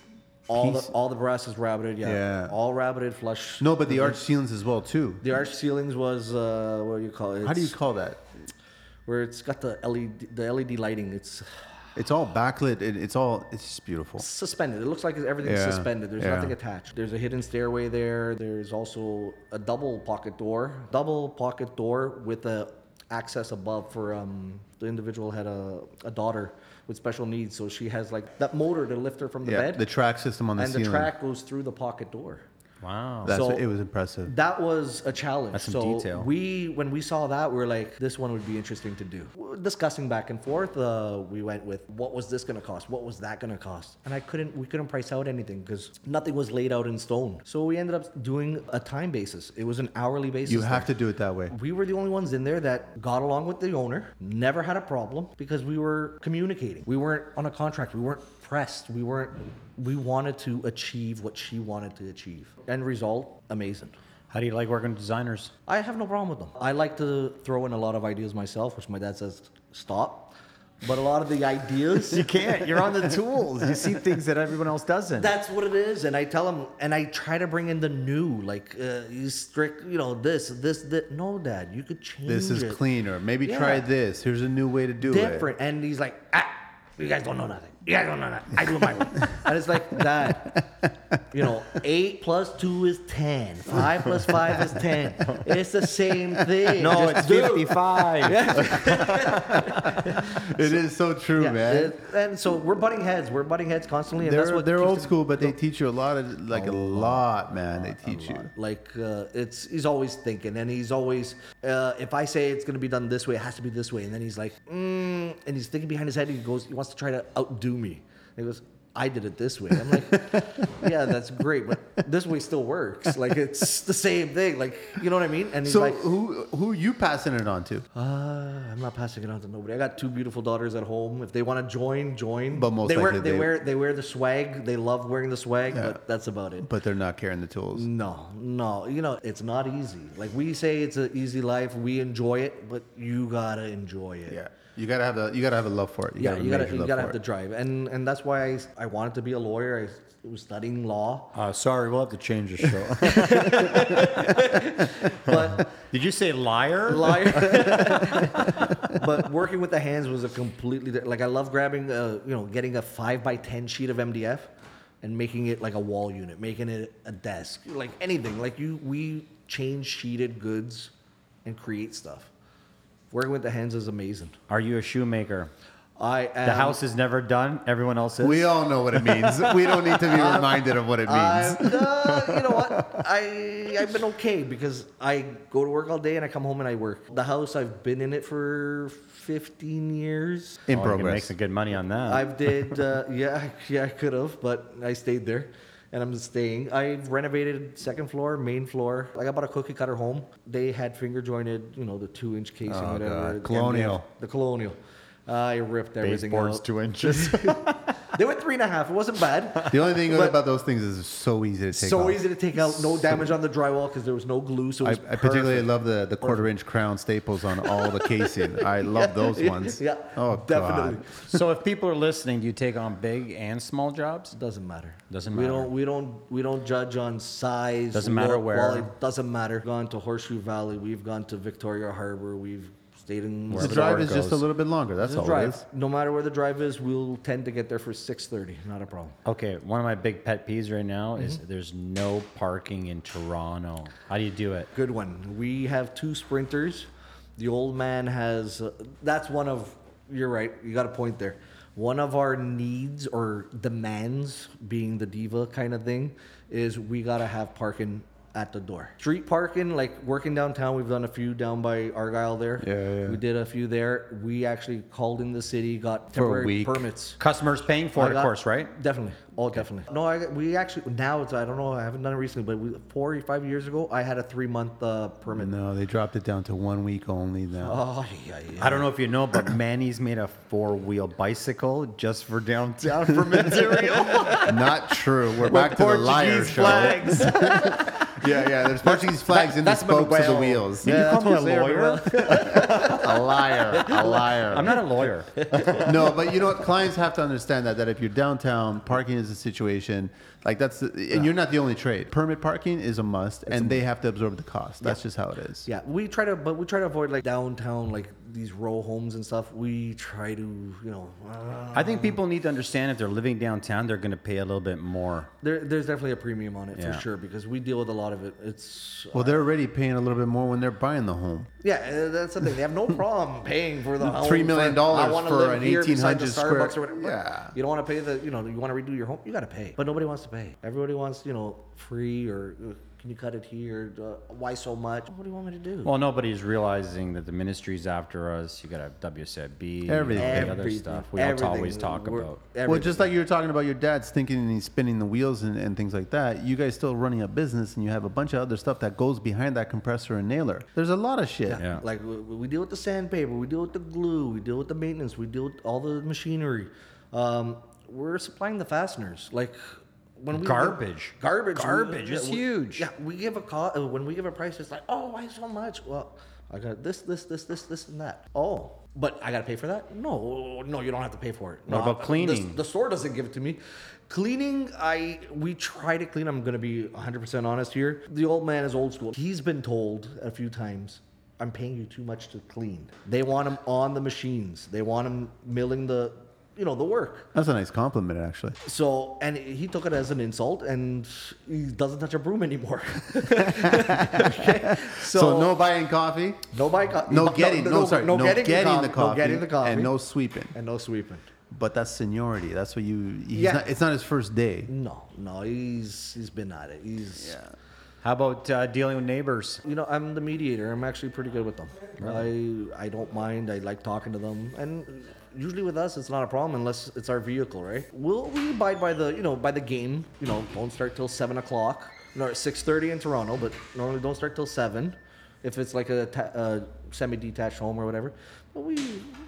A: all
B: piece-
A: the all the brass is rabbited, yeah.
B: Yeah.
A: All rabbited flush.
B: no, but the arch ceilings as well too.
A: The arch ceilings was uh, what do you call it?
B: How do you
A: It's
B: call that?
A: where it's got the LED the LED lighting? It's
B: It's all backlit. It, it's all it's just beautiful.
A: suspended. It looks like everything's
B: Yeah,
A: suspended. There's
B: yeah.
A: nothing attached. There's a hidden stairway there. There's also a double pocket door, double pocket door with a access above for um, the individual had a, a daughter with special needs, so she has like that motor to lift her from the
B: yeah,
A: bed,
B: the track system on the
A: and
B: ceiling.
A: the track goes through the pocket door.
C: Wow.
B: That's
A: so-
B: it was impressive.
A: That was a challenge.
C: That's some
A: so
C: detail.
A: we, when we saw that, we were like, this one would be interesting to do. We were discussing back and forth, uh, we went with what was this going to cost? What was that going to cost? And I couldn't, we couldn't price out anything because nothing was laid out in stone. So we ended up doing a time basis. It was an hourly basis.
B: You have
A: there.
B: to do it that way.
A: We were the only ones in there that got along with the owner, never had a problem because we were communicating. We weren't on a contract. We weren't pressed. We weren't. We wanted to achieve what she wanted to achieve. End result, amazing.
C: How do you like working with designers?
A: I have no problem with them. I like to throw in a lot of ideas myself, which my dad says stop. But a lot of the
B: [LAUGHS]
A: ideas,
C: Can't. You're [LAUGHS] on the tools. You see things that everyone else doesn't.
A: that's what it is. And I tell him, and I try to bring in the new, like uh, you strict, you know, this, this, that. No, dad, you could change.
B: This is
A: it.
B: cleaner. Maybe
A: Yeah.
B: try this. Here's a new way to do it.
A: different. And he's like, ah, you guys don't know nothing. You guys don't know nothing. I do it my
B: [LAUGHS]
A: way. and it's like that. You know, eight plus two is ten. Five plus five is ten. It's the same thing.
C: no,
A: Just
C: it's
A: do it.
C: [LAUGHS] 55.
B: It is so true,
A: Yeah,
B: man.
A: it- and so we're butting heads. We're butting heads constantly, and that's
B: They're,
A: what
B: they're
A: keeps
B: old
A: it-
B: school, but they teach you a lot of like a lot, man. They teach you.
A: Like uh, it's he's always thinking, and he's always uh, if I say it's gonna be done this way, it has to be this way, and then he's like, mm, and he's thinking behind his head. He goes, he wants to try to outdo me. And he goes, I did it this way. I'm like, yeah, that's great, but this way still works. Like it's the same thing. Like you know what I mean? And he's
B: So
A: like,
B: who who you passing it on to?
A: Uh, I'm not passing it on to nobody. I got two beautiful daughters at home. If they want to join, join.
B: But most
A: they wear,
B: likely
A: they,
B: they-
A: wear they wear the swag. They love wearing the swag, but that's about it.
B: But they're not carrying the tools.
A: No, no, you know it's not easy. Like we say, it's an easy life. We enjoy it, but you gotta enjoy it.
B: Yeah, you gotta have the you gotta have a love for it.
A: yeah. You
B: have a
A: gotta
B: major
A: you
B: love
A: gotta
B: for
A: have the
B: it.
A: drive, and and that's why I, I wanted to be a lawyer. I was studying law,
C: Uh, sorry, we'll have to change the show.
A: but
C: [LAUGHS] Did you say liar?
A: liar.
C: [LAUGHS]
A: but working with the hands was a completely di- like I love grabbing a, you know getting a five by ten sheet of MDF and making it like a wall unit, making it a desk, like anything. Like you, we change sheeted goods and create stuff. Working with the hands is amazing.
C: Are you a shoemaker?
A: I am,
C: The house is never done. Everyone else is.
B: We all know what it means. we don't need to be reminded of what
A: [LAUGHS]
B: it
A: I'm,
B: means.
A: uh, you know what? I I've been okay because I go to work all day and I come home and I work. The house I've been in it for 15 years.
B: In
C: Oh, you can make
B: progress.
C: some good money on that.
A: [LAUGHS] I've did uh, yeah [LAUGHS] yeah I could have, but I stayed there, and I'm staying. I renovated second floor, main floor. Like I bought a cookie cutter home. They had finger jointed, you know, the two inch casing,
B: Oh,
A: whatever.
B: God.
A: the MDF,
B: Colonial.
A: the colonial. I ripped everything
C: Baseboards
A: out.
C: two inches.
A: They were three and a half. It wasn't bad.
B: The only thing good
A: But-
B: about those things is it's so easy to [LAUGHS] take
A: so
B: off.
A: easy to take out. No damage on the drywall because there was no glue. So it
B: I,
A: was
B: I particularly
A: perfect.
B: love the, the quarter inch crown staples on all the casing. I love those ones.
A: [LAUGHS] Yeah.
B: Oh
A: definitely.
B: God.
C: [LAUGHS] so if people are listening, do you take on big and small jobs?
A: Doesn't matter.
C: Doesn't
A: We
C: matter.
A: don't. We don't. We don't judge on size.
C: Doesn't matter
A: look,
C: where.
A: quality. Doesn't matter. Gone to Horseshoe Valley. We've gone to Victoria Harbor. We've stayed in.
B: The
C: Wherever
B: drive
C: door
B: is just a
C: goes.
B: little bit longer. That's
A: The
B: all it is.
A: drive. No matter where the drive is, we'll tend to get there for six thirty. Not a problem.
C: Okay, one of my big pet peeves right now is there's no parking in Toronto. How do you do it?
A: Good one. We have two sprinters. The old man has. Uh, that's one of. You're right. You got a point there. One of our needs or demands, being the diva kind of thing, is we gotta have parking at the door. Street parking, like working downtown, we've done a few down by Argyle there.
B: Yeah, yeah.
A: We did a few there. We actually called in the city, got temporary
B: week.
A: permits.
C: Customers paying for
A: I
C: it,
A: got-
C: of course, right?
A: Definitely. Oh, definitely. No, I, we actually now it's I don't know I haven't done it recently, but we, four or five years ago I had a three month uh, permit.
B: No, they dropped it down to one week only now.
A: Oh yeah, yeah.
C: I don't know if you know, but Manny's made a four-wheel bicycle just for [LAUGHS] downtown for material.
B: Oh, Not true. [LAUGHS] We're back to the liar show.
C: [LAUGHS]
B: Yeah, yeah. There's Portuguese flags in the
C: that's
B: spokes of the
C: Manuel.
B: wheels.
C: Did you
B: Yeah,
C: call
B: that's
C: me a
B: what they are,
C: lawyer?
B: bro. a liar. A liar.
C: I'm not a [LAUGHS] lawyer.
B: no, but you know what? Clients have to understand that that if you're downtown, parking is a situation. Like that's, the, and you're not the only trade. Permit parking is a must, and they have to absorb the cost. That's just how it is.
A: Yeah, we try to, but we try to avoid like downtown, like these row homes and stuff. We try to, you know, uh,
C: I think people need to understand if they're living downtown, they're going to pay a little bit more.
A: there, there's definitely a premium on it
C: Yeah.
A: for sure because we deal with a lot of it. It's
B: Well, they're already paying a little bit more when they're buying the home.
A: yeah, uh, that's the thing. They have no problem paying for the home
B: Three million dollars
A: I wanna
B: for
A: live
B: an
A: here beside the
B: 1800 square-
A: Starbucks or whatever.
B: Yeah.
A: you don't want to pay the, you know, you want to redo your home, you got to pay. But nobody wants to pay. Everybody wants, you know, free or uh, can you cut it here? Uh, why so much? What do you want me to do?
C: Well, nobody's realizing that the ministry's after us. You got a WCIB,
B: Everything.
C: all the other stuff we don't always talk
A: We're-
C: about.
A: everything.
B: Well, just like you were talking about your dad's thinking and he's spinning the wheels and, and things like that, you guys still running a business and you have a bunch of other stuff that goes behind that compressor and nailer. There's a lot of shit.
C: Yeah.
A: Like we, we deal with the sandpaper, we deal with the glue, we deal with the maintenance, we deal with all the machinery. Um, we're supplying the fasteners, like when we
C: Garbage.
A: garbage, we-
C: Garbage is
A: we-
C: huge.
A: Yeah, we give a cost when we give a price. It's like, oh, why so much? Well, I got this, this, this, this, this, and that. Oh, but I got to pay for that? No, no, you don't have to pay for it. No,
C: What about
A: I- the-
C: cleaning?
A: the store doesn't give it to me. Cleaning, I we try to clean. I'm gonna be 100% honest here. The old man is old school. He's been told a few times, "I'm paying you too much to clean." They want him on the machines. They want him milling the, you know, the work.
B: That's a nice compliment, actually.
A: So, and he took it as an insult, and he doesn't touch a broom anymore. [LAUGHS] Okay?
B: So, no buying coffee,
A: no bike,
B: no, getting, no, sorry, no, getting, the coffee,
A: no getting the coffee,
B: and no sweeping.
A: and no sweeping.
B: But that's seniority. That's what you. He's
A: Yeah.
B: not, it's not his first day.
A: No, no, he's he's been at it. He's
C: How about uh, dealing with neighbors?
A: You know, I'm the mediator. I'm actually pretty good with them. I I don't mind. I like talking to them, and usually with us, it's not a problem unless it's our vehicle, right? Will we abide by the you know by the game? You know, don't start till seven o'clock. No, six thirty in Toronto, but normally don't start till seven. If it's like a, ta- a semi-detached home or whatever, but we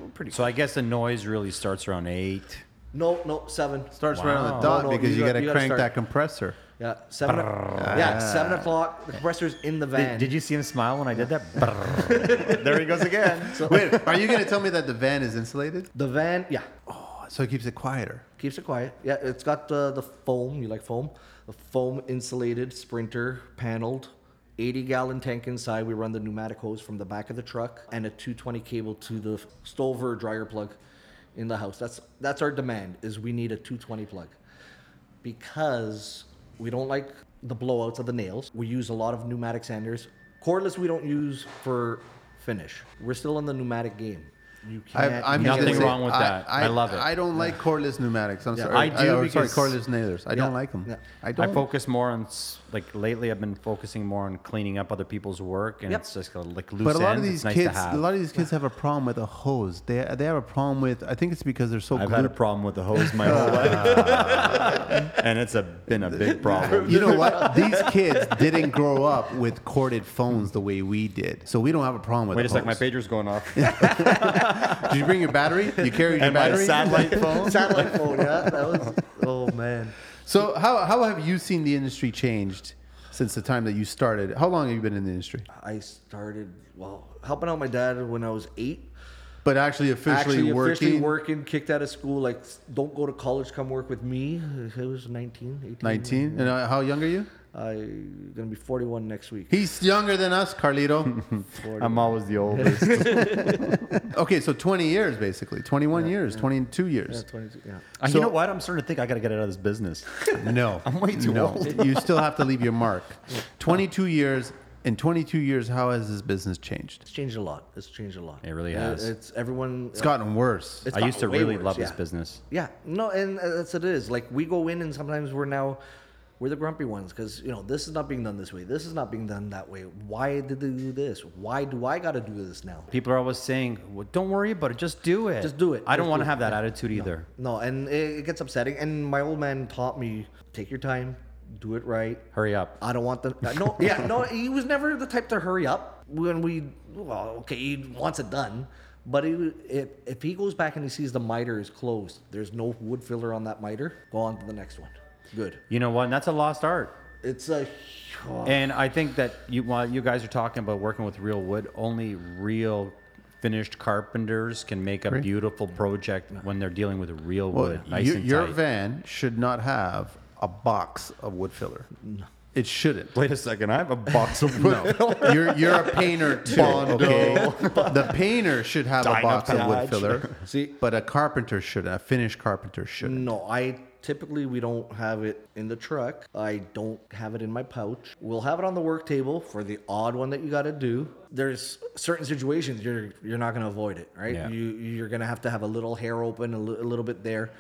A: we're pretty.
C: So I guess the noise really starts around eight.
A: No, no, seven.
B: Starts right on
C: Wow.
B: the dot
A: No, no,
B: because
A: you got-
B: you, got to
A: you gotta
B: crank
A: start.
B: that compressor.
A: Yeah, seven. yeah, seven o'clock. The compressor's in the van.
C: Did, did you see him smile when I
B: [LAUGHS]
C: did that? Brrr. there he goes again.
B: Wait, are you going to tell me that the van is insulated?
A: The van. Yeah.
B: Oh, so it keeps it quieter.
A: keeps it quiet. Yeah, it's got the the foam. You like foam? The foam insulated Sprinter paneled. 80 gallon tank inside. We run the pneumatic hose from the back of the truck and a 220 cable to the stove or dryer plug in the house. That's that's our demand is we need a 220 plug because we don't like the blowouts of the nails. We use a lot of pneumatic sanders. Cordless we don't use for finish. We're still in the pneumatic game. You
B: I,
A: can't.
B: I'm
A: you can't
B: just
C: Nothing
B: gonna say,
C: wrong with
B: I,
C: that. I love it.
B: I don't like cordless pneumatics. I'm
A: Yeah.
B: sorry.
C: I do
B: I'm sorry,
C: because-
B: cordless nailers. I don't like them.
A: Yeah.
B: I
C: I
B: don't.
C: focus more on s- like lately. I've been focusing more on cleaning up other people's work, and
A: Yep.
C: it's just uh, like loose
B: but a lot
C: ends.
B: of
C: it's
B: these
C: nice
B: kids,
C: to have.
B: a lot of these kids have a problem with a hose. They they have a problem with. I think it's because they're so.
C: I've
B: glued
C: had a problem with the hose my
B: [LAUGHS]
C: whole life, and it's a, been a big problem.
B: You know what? These kids didn't grow up with corded phones the way we did, so we don't have a problem with.
C: Wait a
B: the
C: sec, my
B: hose.
C: pager's going
B: [LAUGHS]
C: off.
B: Did you bring your battery? You
C: [LAUGHS]
B: carry your
C: and my
B: battery. [LAUGHS]
C: satellite
A: [LAUGHS]
C: phone.
A: satellite phone. Yeah, that was. [LAUGHS] Oh man.
B: So how how have you seen the industry changed since the time that you started? How long have you been in the industry?
A: I started well helping out my dad when I was eight.
B: But actually, officially
A: Actually,
B: working.
A: officially working, kicked out of school. Like, don't go to college. Come work with me. I was 19, 18.
B: 19 and uh, how young are you
A: I'm gonna be 41 next week.
B: he's younger than us carlito
A: 40.
C: I'm always the oldest.
B: [LAUGHS] okay so 20 years basically 21 years 22
A: yeah,
B: years
A: 22. Yeah.
C: Uh,
B: So-
C: you know what? I'm starting to think I got to get out of this business.
B: no [LAUGHS] i'm way too old [LAUGHS] you still have to leave your [LAUGHS] mark 22 years in 22 years how has this business changed
A: It's changed a lot. It's changed a lot.
C: It really has.
A: It's everyone.
B: it's gotten worse
A: [LAUGHS] It's
C: I used to
A: gotten way
C: really
A: worse,
C: love this
A: yeah.
C: business.
A: Yeah, no, and uh, that's it is. Like we go in, and sometimes we're now we're the grumpy ones because you know this is not being done this way. This is not being done that way. Why did they do this? Why do I got to do this now?
C: People are always saying, well, "Don't worry about it. Just do it.
A: Just do it.
C: I don't
A: Just
C: want
A: do
C: to
A: it.
C: have that attitude either.
A: No, and it, it gets upsetting. And my old man taught me take your time, do it right.
C: Hurry up.
A: I don't want the uh, no. Yeah, no. He was never the type to hurry up when we. Well, okay, he wants it done, but he, if if he goes back and he sees the miter is closed, there's no wood filler on that miter. Go on to the next one. Good.
C: You know what? And that's a lost art.
A: It's a. oh,
C: And I think that you while you guys are talking about working with real wood, only real finished carpenters can make a beautiful project when they're dealing with real wood,
B: Well,
C: nice
B: your-
C: and
B: your
C: tight.
B: van should not have a box of wood filler it [LAUGHS] shouldn't
C: Wait a second, I have a box
D: [LAUGHS]
C: of wood.
B: you're, you're a [LAUGHS] painter too, okay? [LAUGHS] The painter should have a box of wood
C: Dynapatch.
B: [LAUGHS] filler,
A: See-
B: but a carpenter shouldn't. A finished carpenter shouldn't.
A: No, I typically we don't have it in the truck. I don't have it in my pouch. We'll have it on the work table for the odd one that you got to do. There's certain situations you're you're not going to avoid it, right?
C: Yeah.
A: You you're going to have to have a little hair open a li- a little bit there.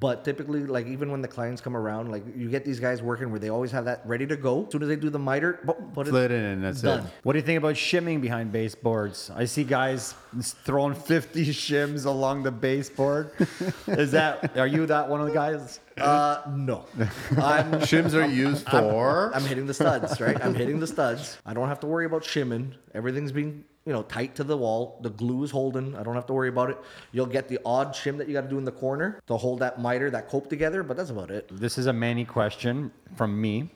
A: But typically, like even when the clients come around, like you get these guys working where they always have that ready to go. As soon as they do the miter, boom, put
B: Slid
A: it.
B: in and that's
A: Done.
B: it.
C: What do you think about shimming behind baseboards? I see guys throwing 50 shims along the baseboard. Is that, are you that one of the guys?
A: Uh, no, I'm
B: [LAUGHS] Shims are used for.
A: I'm hitting the studs, right? I'm hitting the studs. I don't have to worry about shimming. Everything's being, you know, tight to the wall. The glue is holding. I don't have to worry about it. You'll get the odd shim that you got to do in the corner to hold that miter, that cope together, but that's about it.
C: This is a Manny question from me.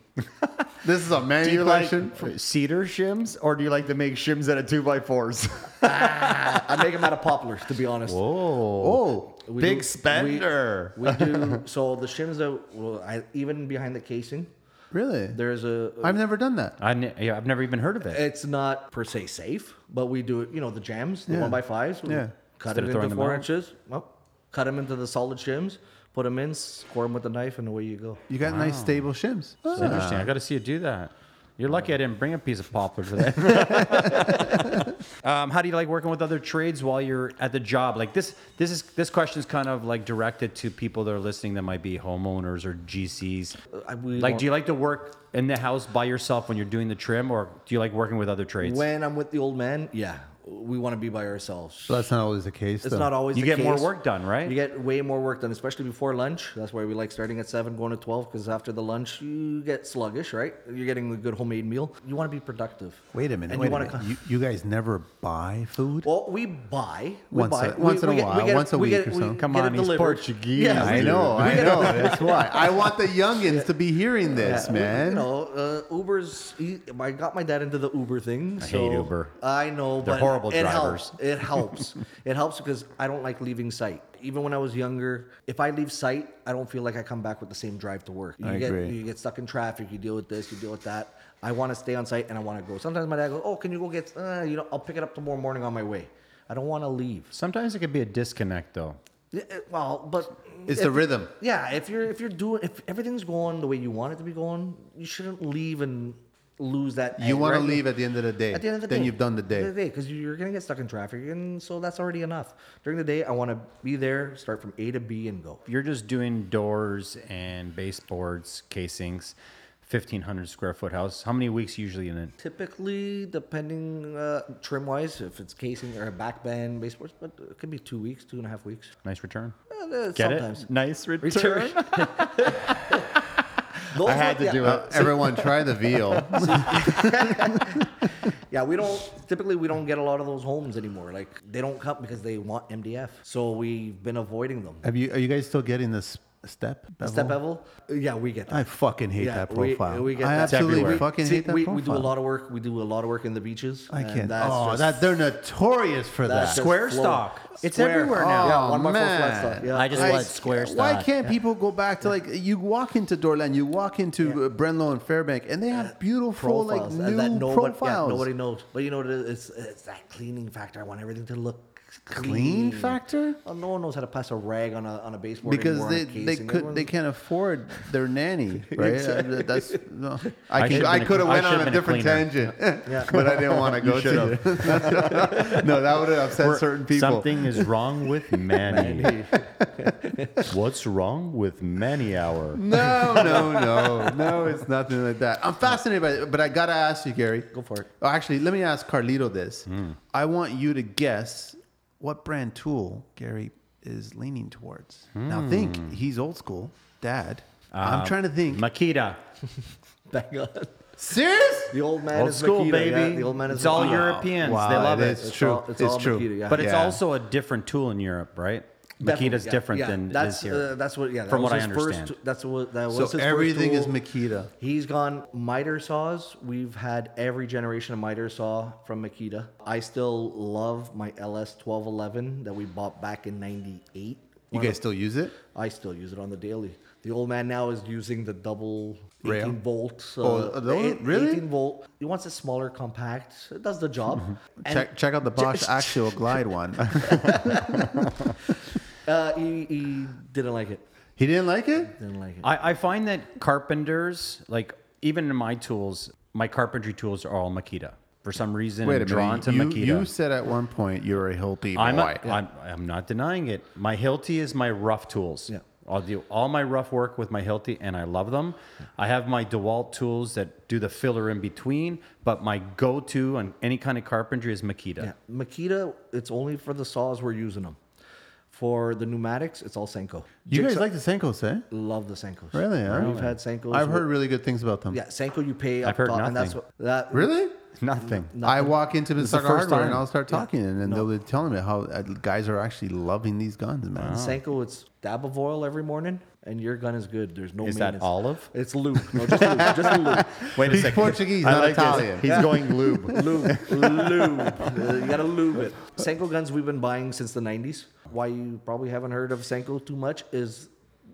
B: [LAUGHS] this is a
C: Do
B: manual
C: you like
B: election.
C: cedar shims or do you like to make shims out of two by fours?
A: I make them out of poplars, to be honest.
B: oh,
A: We
C: Big
A: do- we-
C: spender.
A: We, do. So the shims that, well, I, even behind the casing,
B: really?
A: there's a.
B: I've never done that.
C: I ne- yeah, I've never even heard of it.
A: it's not per se safe, but we do it. You know, the jams, the
B: Yeah.
A: one by fives. we
B: Yeah.
A: Cut
C: Instead of
A: it
C: throwing
A: into
C: them
A: four
C: out.
A: inches. Well, cut them into the solid shims. Put them in, score them with a knife, and away you go.
B: You got nice stable shims. Ah.
C: It's interesting. I got to see you do that. You're lucky I didn't bring a piece of poplar today. [LAUGHS] um, how do you like working with other trades while you're at the job? Like this, this is this question is kind of like directed to people that are listening that might be homeowners or GCs.
A: I- we
C: Like,
A: don't-
C: do you like to work in the house by yourself when you're doing the trim, or do you like working with other trades?
A: When I'm with the old man, yeah, we want to be by ourselves.
B: But that's not always the case.
A: It's
B: though.
A: not always
C: you
A: the
C: get more
A: case.
C: work done, right?
A: You get way more work done, especially before lunch. That's why we like starting at seven, going to twelve, because after the lunch you get sluggish, right? You're getting a good homemade meal. You want to be productive.
B: Wait a minute.
A: And
B: wait
A: you
B: a
A: want
B: minute.
A: to.
B: You, you guys never buy food?
A: Well, we buy. We
B: Once
A: buy.
B: a- once in a
A: get-
B: while,
A: it-
B: once a
A: we
B: week
A: get it-
B: or so.
A: we
C: Come
A: get
C: on,
A: it
C: he's
A: delivered.
C: Portuguese,
A: Yeah,
B: I know.
A: [LAUGHS]
B: I know. That's why. I want the youngins to be hearing this,
A: We-
B: man.
A: Uh, You know, uh, Uber's. he- I got my dad into the Uber thing.
C: hate
A: so
C: Uber.
A: I know,
C: They're
A: but
C: horrible
A: it
C: drivers.
A: Helps. It helps. it helps because I don't like leaving sight. Even when I was younger, if I leave sight, I don't feel like I come back with the same drive to work. You
B: I
A: get
B: agree.
A: you get stuck in traffic. You deal with this. You deal with that. I want to stay on site and I want to go. Sometimes my dad goes, "Oh, can you go get? Uh, you know, I'll pick it up tomorrow morning on my way." I don't want to leave.
C: Sometimes it could be a disconnect, though.
A: Yeah, uh, Well, but
B: It's
A: if-
B: the rhythm.
A: Yeah, if you're if you're doing if everything's going the way you want it to be going, you shouldn't leave and lose that.
B: You want to
A: right?
B: leave at the end of the day.
A: At the end of the
B: then
A: day,
B: you've done the
A: At the
B: day.
A: end of the day, because you're gonna get stuck in traffic, and so that's already enough. During the day, I want to be there, start from A to B, and go.
C: You're just doing doors and baseboards, casings, 1,500 square foot house. How many weeks usually in it?
A: Typically, depending uh, trim wise, if it's casing or a back band, baseboards, but it could be two weeks, two and a half weeks.
C: Nice return.
A: Uh, uh,
C: Get
A: sometimes.
C: it? Nice return.
B: [LAUGHS]
A: Those
D: I had
A: were- [LAUGHS]
D: to
A: yeah,
D: do it.
B: Uh, everyone, try the
A: [LAUGHS]
B: veal.
A: Yeah, we don't typically we don't get a lot of those homes anymore. Like they don't come because they want MDF, so we've been avoiding them.
B: Have you? Are you guys still getting this step? Bevel?
A: Step Bevel, yeah, we get that.
B: I fucking hate
A: Yeah,
B: that
A: we-
B: profile.
A: we get
B: I
A: that. It's
B: absolutely
C: everywhere.
B: fucking
A: See,
B: hate that
A: we,
B: profile.
A: we do a lot of work. We do a lot of work in the beaches.
B: I
A: and
B: can't.
A: that's
B: oh,
A: just-
B: that they're notorious for that.
A: that's just
C: Square
A: flow.
C: stock. It's everywhere
B: Oh,
C: now.
A: Yeah, one by four flat
B: man.
A: stock, yeah.
D: I just
B: I-
D: want square stock.
B: Why can't people go back to like you walk into Dorland, you walk into uh Brenlow and Fairbank, and they have beautiful like
A: profiles, and
B: new
A: that nobody, yeah,
B: profiles.
A: nobody knows. But you know, what it is? it's it's that cleaning factor. I want everything to look
B: Clean factor?
A: Well, no one knows how to pass a rag on a on a baseboard
B: because
A: anymore,
B: they,
A: on a
B: they
A: casing.
B: could they
A: [LAUGHS] Everyone-
B: can't afford their
A: [LAUGHS]
B: nanny, right? Uh, That's
C: [LAUGHS]
B: no. I,
C: I
B: could
C: should've
B: I
C: been a
B: could have
C: cl- I
B: went
C: should've
B: on a
C: been a
A: [LAUGHS]
B: different tangent, [LAUGHS] but I didn't want to go to. it. [LAUGHS] no, that would have upset
C: We're-
B: certain people.
C: Something is wrong
B: [LAUGHS]
C: with Manny. What's wrong with Manny Hour?
A: Mm.
B: No, no, no, no. It's nothing like that. I'm fascinated by it, but I gotta ask you, Gary.
A: Go for it.
B: Oh, actually, let me ask Carlito this.
C: Hmm.
B: I want you to guess what brand tool Gary is leaning towards. Now, think he's old school, Dad.
C: Hmm. Uh,
B: I'm trying to think.
C: Makita.
A: [LAUGHS] Bang on.
B: Serious?
A: The old man
C: Old
A: is
C: school,
A: Makita,
C: baby.
A: yeah, the old man is
C: it's all
A: Makita.
C: Europeans.
B: Wow,
C: they love it.
B: It's
A: It's
B: true.
A: all-
B: It's,
A: it's all
B: true.
A: Makita, yeah.
C: But it's
B: Yeah.
C: also a different tool in Europe, right?
A: Definitely,
C: Makita's
A: yeah,
C: different
A: yeah.
C: than
A: that's
C: this here.
A: uh, that's what yeah. That
C: From
A: was
C: what I
A: his first
C: understand.
A: t- that's what that was.
B: So
A: his first
B: everything is
A: tool.
B: Makita.
A: He's gone miter saws. We've had every generation of miter saw from Makita. I still love my LS twelve eleven that we bought back in ninety eight.
B: You guys still use it?
A: I still use it on the daily. The old man now is using the double
B: Rail?
A: 18 volt. Uh,
B: Oh, are those-
A: eight-
B: really?
A: 18 volt. He wants a smaller, compact. It does the job. And
B: Mm-hmm. Check check out the Bosch Axial Glide
C: [LAUGHS]
B: one. [LAUGHS]
A: Uh, he, he didn't like it.
B: he didn't like it.
A: Didn't like it.
C: I, I find that carpenters, like even in my tools, my carpentry tools are all Makita. For some reason,
B: Wait a
C: I'm drawn
B: minute.
C: to
B: you,
C: Makita.
B: you said at one point you were a healthy boy.
C: I'm, not, I'm, I'm not denying it. My Hilti is my rough tools.
A: Yeah.
C: I'll do all my rough work with my Hilti, and I love them. I have my DeWalt tools that do the filler in between, but my go-to on any kind of carpentry is Makita.
A: Yeah, Makita. It's only for the saws we're using them. For the pneumatics, it's all Senko.
B: you guys like the Senkos, eh?
A: Love the Senkos.
B: Really, huh?
A: We've had Senkos.
B: I've heard really good things about them.
A: Yeah, Senko. You pay. Up
C: I've heard
A: top, And that's
C: nothing.
A: what that
B: Really?
C: Nothing.
B: I walk into the
A: the
B: Sucker
A: first
B: Hardware and
A: time.
B: I'll start
A: Yeah.
B: talking, and then they'll be telling me how uh, guys are actually loving these guns, man.
A: Senko. It's dab of oil every morning, and your gun is good. There's no.
C: Is that
A: maintenance.
C: olive?
A: It's lube. No, just lube. Just
B: [LAUGHS]
A: lube.
C: Wait
B: He's Portuguese,
D: I
B: not
D: like
B: Italian.
D: this. He's going lube.
A: lube, lube. Uh, you gotta lube it. Senko guns we've been buying since the '90s. Why you probably haven't heard of Senko too much is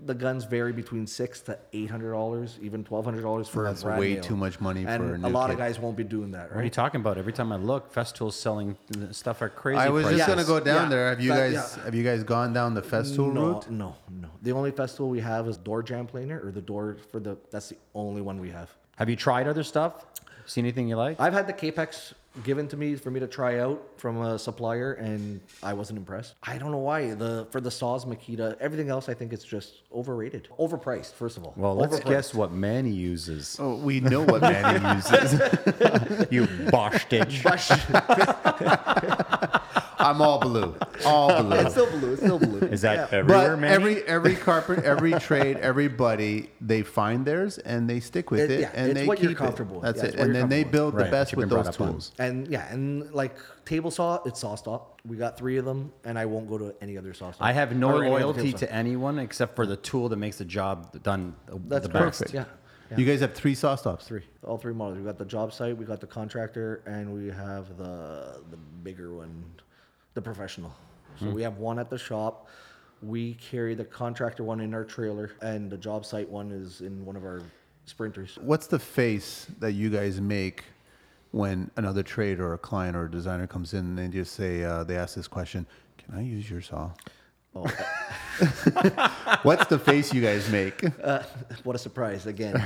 A: the guns vary between six to eight hundred dollars, even twelve hundred dollars for
B: That's
A: a brand
B: way
A: new.
B: too much money
A: and
B: for a new
A: lot of
B: kid.
A: guys won't be doing that,
C: What are you
A: right?
C: talking about? Every time I look, Festool's selling stuff at crazy
B: I was
C: prices.
B: just gonna go down
A: Yeah.
B: there. Have you
A: But,
B: guys
A: yeah.
B: have you guys gone down the Festool
A: No,
B: route?
A: no, no. The only festival we have is door jam planer or the door for the. That's the only one we have.
C: Have you tried other stuff? See anything you like?
A: I've had the Capex given to me for me to try out from a supplier, and I wasn't impressed. I don't know why the for the saws Makita, everything else I think it's just overrated, overpriced. First of all,
C: well, let's
A: Overpriced.
C: guess what Manny uses.
B: Oh, we know [LAUGHS] what Manny uses.
C: you
D: [LAUGHS]
C: bostitch. [LAUGHS]
B: I'm all blue, all blue.
A: it's still blue. It's still blue.
C: Is that everywhere,
B: But
C: Manny?
B: every every carpet, every trade, everybody they find theirs and they stick with it,
A: It- yeah,
B: and
A: it's
B: they
A: what
B: keep
A: you're comfortable with.
B: it. That's
A: Yeah,
B: it,
A: it's what
B: and
A: you're
B: then they
A: comfortable
B: build the
C: Right,
B: best
C: you've been
B: with those
C: brought up on.
B: tools.
A: And yeah, and like table saw, it's saw stop. We got three of them, and I won't go to any other saw stop.
C: I have no
A: Or any other
C: loyalty
A: table saw.
C: to anyone except for the tool that makes the job done the,
A: That's
C: the best.
A: perfect. Yeah. yeah.
B: You guys have three saw stops.
A: Three, all three models. We got the job site, we got the contractor, and we have the the bigger one, the professional. So
B: Hmm.
A: we have one at the shop. We carry the contractor one in our trailer, and the job site one is in one of our sprinters. [LAUGHS]
B: What's the face that you guys make when another trade or a client or a designer comes in and they just say uh, they ask this question? Can I use your saw?
A: Oh.
B: [LAUGHS] What's the face you guys make?
A: What a surprise
B: [LAUGHS]
A: again.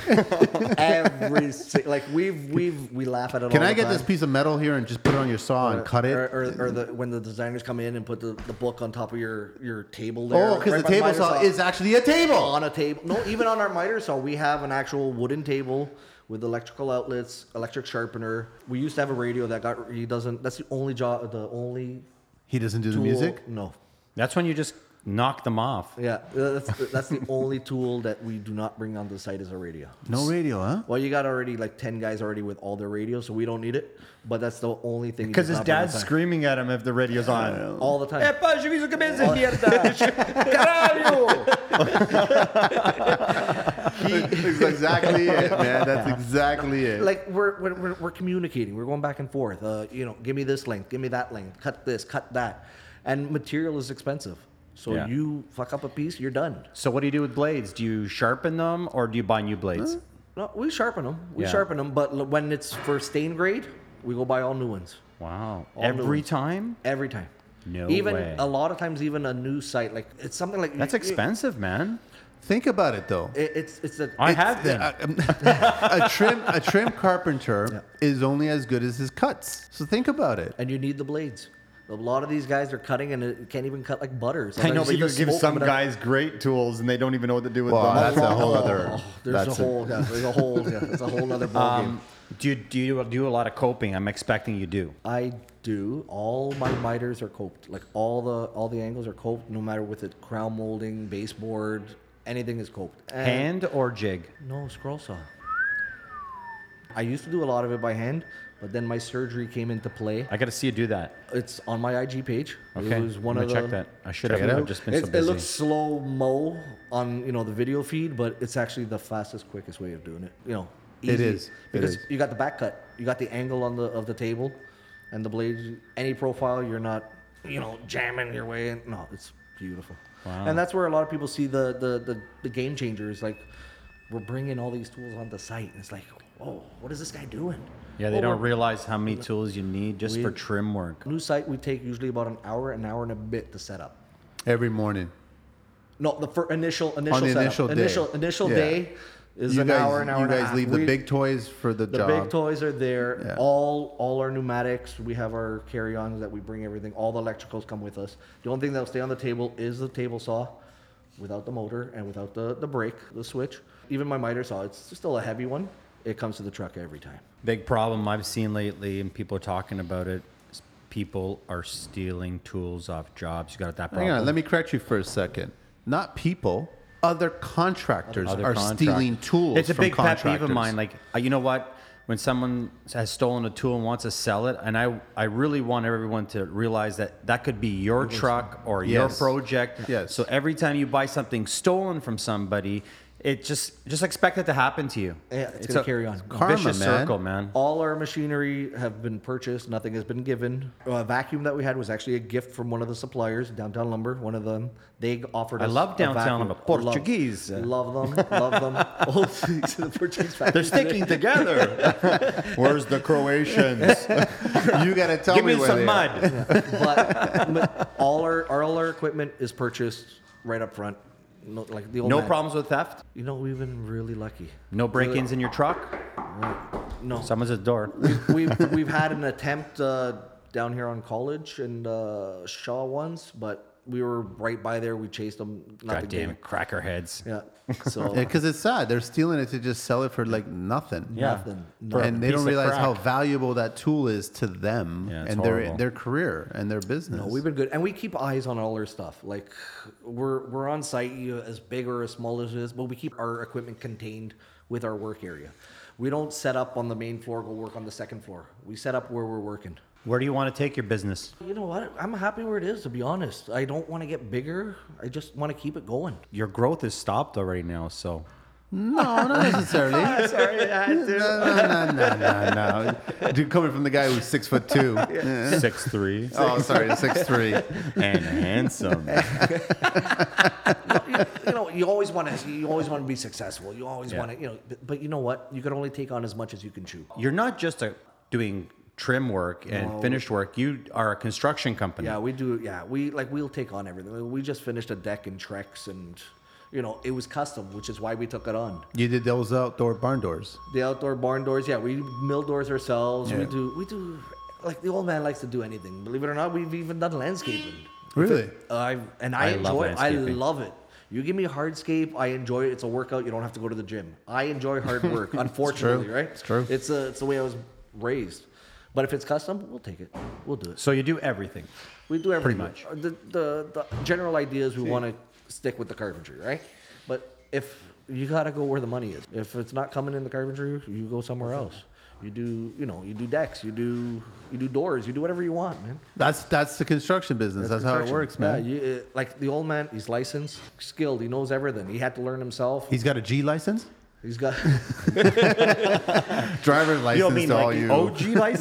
A: Every si- like we've we've we laugh at it.
B: Can
A: all
B: I
A: the
B: get this
A: time.
B: piece of metal here and just put it on your saw and cut it?
A: Or, or, or the, when the designers come in and put the, the book on top of your, your table there.
B: oh, because
A: right
B: the
A: by
B: table
A: miter
B: saw, is actually a table.
A: Oh. on a table. No, even on our miter saw, we have an actual wooden table with electrical outlets, electric sharpener. We used to have a radio that got he doesn't. That's the only job, the only
B: He doesn't do the
A: tool-
B: music.
A: No,
C: That's when you just knock them off.
A: yeah, that's that's the only tool that we do not bring onto the site is a radio.
B: No radio, huh?
A: Well, you got already like ten guys already with all their radios, so we don't need it. But that's the only thing. he
C: Because
A: does not
C: his
A: bring on
C: dad's
A: site.
C: screaming at him if the radio's on.
A: all the time.
C: Eh, pa, j'ai vu ce que c'est, mierda. Caralho!
B: That's exactly it, man. That's exactly it.
A: like we're, we're- we're we're communicating. We're going back and forth. Uh, you know, give me this link, give me that link, cut this, cut that, and material is expensive. So
C: Yeah.
A: you fuck up a piece, you're done.
C: So what do you do with blades? Do you sharpen them or do you buy new blades?
A: No, we sharpen them. We
C: Yeah.
A: sharpen them, but l- when it's for stain grade, we go buy all new ones
C: Wow.
A: All new
C: Every
A: ones.
C: time?
A: every time.
C: No
A: even
C: way.
A: a lot of times, even a new site like it's something like
C: That's
A: you- you-
C: expensive, man.
B: Think about it though.
A: it- it's it's uh, a
C: I
B: It's-
C: have them.
B: Uh, um, [LAUGHS] A, a trim a trim carpenter is only as good as his cuts. So think about it.
A: and you need the blades. A lot of these guys are cutting and it can't even cut like butter.
D: I know,
A: Sometimes
D: but
A: see
D: you
A: the
D: give
A: smoke
D: some
A: coming out.
D: guys great tools and they don't even know what to do with
B: Wow,
D: them.
B: that's a whole other.
A: There's a
B: that's
A: whole, yeah, there's a whole, yeah, it's a whole
C: [LAUGHS]
A: other ballgame.
C: Um, do you do you do a lot of coping? I'm expecting you do.
A: I do. All my miters are coped. Like all the all the angles are coped, no matter with it crown molding, baseboard, anything is coped. And-
C: Hand or jig?
A: Eh, No scroll saw. I used to do a lot of it by hand, but then my surgery came into play.
C: I got to see you do that.
A: It's on my IG page.
C: Okay,
A: it was one
C: I'm
A: of
C: gonna
A: the,
C: check that. I should
B: Check
C: have.
B: it
C: I've
B: out.
C: just been so
A: It's, it
C: busy.
A: looks slow mo on you know the video feed, but it's actually the fastest, quickest way of doing it. You know, easy.
B: It is. It
A: because
B: is.
A: you got the back cut, you got the angle on the of the table, and the blade. Any profile, you're not you know jamming your way in. No, it's beautiful. And that's where a lot of people see the the the, the game changer is like we're bringing all these tools on the site, and it's like, whoa, what is this guy doing?
C: yeah, they
A: Well,
C: don't
A: we're-
C: realize how many tools you need just for
A: We-
C: trim work.
A: New site, we take usually about an hour, an hour and a bit to set up.
B: Every morning.
A: No, the fir- initial initial
B: the
A: setup.
B: initial day.
A: initial initial
B: Yeah.
A: day is
B: you
A: an
B: guys,
A: hour, an hour.
B: you
A: and a
B: guys
A: half.
B: leave the
A: We-
B: big toys for the,
A: the
B: job.
A: big toys are there.
B: Yeah.
A: All all our pneumatics. We have our carry-ons that we bring everything. All the electricals come with us. The only thing that'll stay on the table is the table saw, without the motor and without the the brake, the switch. Even my miter saw. It's still a heavy one. It comes to the truck every time.
C: Big problem I've seen lately, and people are talking about it. Is people are stealing tools off jobs. You got that problem?
B: Hang on, let me correct you for a second. Not people. Other contractors
C: Other
B: are
C: contract-
B: stealing tools.
C: It's a
B: from
C: big pet peeve of
B: contractors.
C: mine. Like uh, you know what? When someone has stolen a tool and wants to sell it, and I I really want everyone to realize that that could be your truck or your
B: Yes.
C: project.
B: Yes.
C: So every time you buy something stolen from somebody, it just just expect it to happen to you.
A: Yeah, it's gonna
C: a
A: carry on.
B: Karma,
C: vicious
B: man.
C: circle, man.
A: All our machinery have been purchased. Nothing has been given. A vacuum that we had was actually a gift from one of the suppliers, Downtown Lumber. One of them, they offered
C: I
A: us.
C: love
A: a
C: Downtown
A: vacuum.
C: Lumber.
A: Love-
C: Portuguese.
A: Love, them. Love them.
C: [LAUGHS]
A: Oh, the Portuguese
C: They're
A: vacuum.
C: sticking
B: [LAUGHS]
C: together.
D: Where's the
C: [LAUGHS]
D: Croatians?
B: You gotta tell
C: Give
B: me
C: me
B: where
C: some
B: they are.
C: mud.
A: But, but [LAUGHS] all our all our equipment is purchased right up front. No, like the old
C: No
A: man.
C: problems with theft.
A: You know, we've been really lucky.
C: No break-ins in your truck.
A: No,
C: Someone's at the [LAUGHS] door.
A: [LAUGHS] we've we've had an attempt uh, down here on College and uh, Shaw once, but we were right by there. We chased them. Nothing
C: Goddamn
A: came.
C: crackerheads.
A: [LAUGHS] Yeah. So
B: Yeah, because it's sad. They're stealing it to just sell it for like nothing.
C: Yeah.
A: nothing.
C: For a
B: and they
C: piece
B: don't
C: of
B: realize
C: crack.
B: how valuable that tool is to them
C: Yeah, it's
B: and
C: horrible.
B: their their career and their business.
A: No, we've been good, and we keep eyes on all our stuff. Like we're we're on site, you know, as big or as small as it is, but we keep our equipment contained with our work area. We don't set up on the main floor, go work on the second floor. We set up where we're working.
C: Where do you want to take your business?
A: You know what? I'm happy where it is, to be honest. I don't want to get bigger. I just want to keep it going.
C: Your growth is stopped already now, so
B: No, not [LAUGHS] necessarily.
C: sorry, I had
B: no, no, no, no, no, no. Dude, coming from the guy who's six foot [LAUGHS] two.
C: six three
B: Oh, sorry, six three.
C: and
D: [LAUGHS]
C: handsome.
A: you know, you always want to you always want to be successful. You always
C: Yeah.
A: want to, you know, but, but you know what? You can only take on as much as you can chew.
C: You're not just a, uh, doing trim work and finished work. You are a construction company.
A: Yeah, we do. Yeah, we like we'll take on everything. Like, we just finished a deck in Trex, and you know it was custom, which is why we took it on.
B: [LAUGHS] You did those outdoor barn doors.
A: The outdoor barn doors, yeah, we mill doors ourselves. We
B: Yeah.
A: do we do like the old man likes to do anything. Believe it or not, we've even done landscaping.
B: Really?
A: I and I,
C: I love
A: enjoy. I
C: landscaping.
A: love it. You give me hardscape, I enjoy it. It's a workout. You don't have to go to the gym. I enjoy hard work. unfortunately, right?
B: It's true.
A: It's a, it's the way I was raised. But if it's custom, we'll take it. We'll do it.
C: So you do everything.
A: We do everything. Uh,
C: much.
A: The, the, the general idea is we want to stick with the carpentry, right? But if you got to go where the money is, if it's not coming in the carpentry, you go somewhere else. You do, you know, you do decks, you do, you do doors, you do whatever you want, man.
B: That's that's the construction business. That's, how it works, man.
A: Yeah, you, uh, like the old man, he's licensed, skilled, he knows everything. He had to learn himself.
B: He's got a G license,
A: He's
B: [LAUGHS]
A: got
B: driver's license. to all you.
D: license?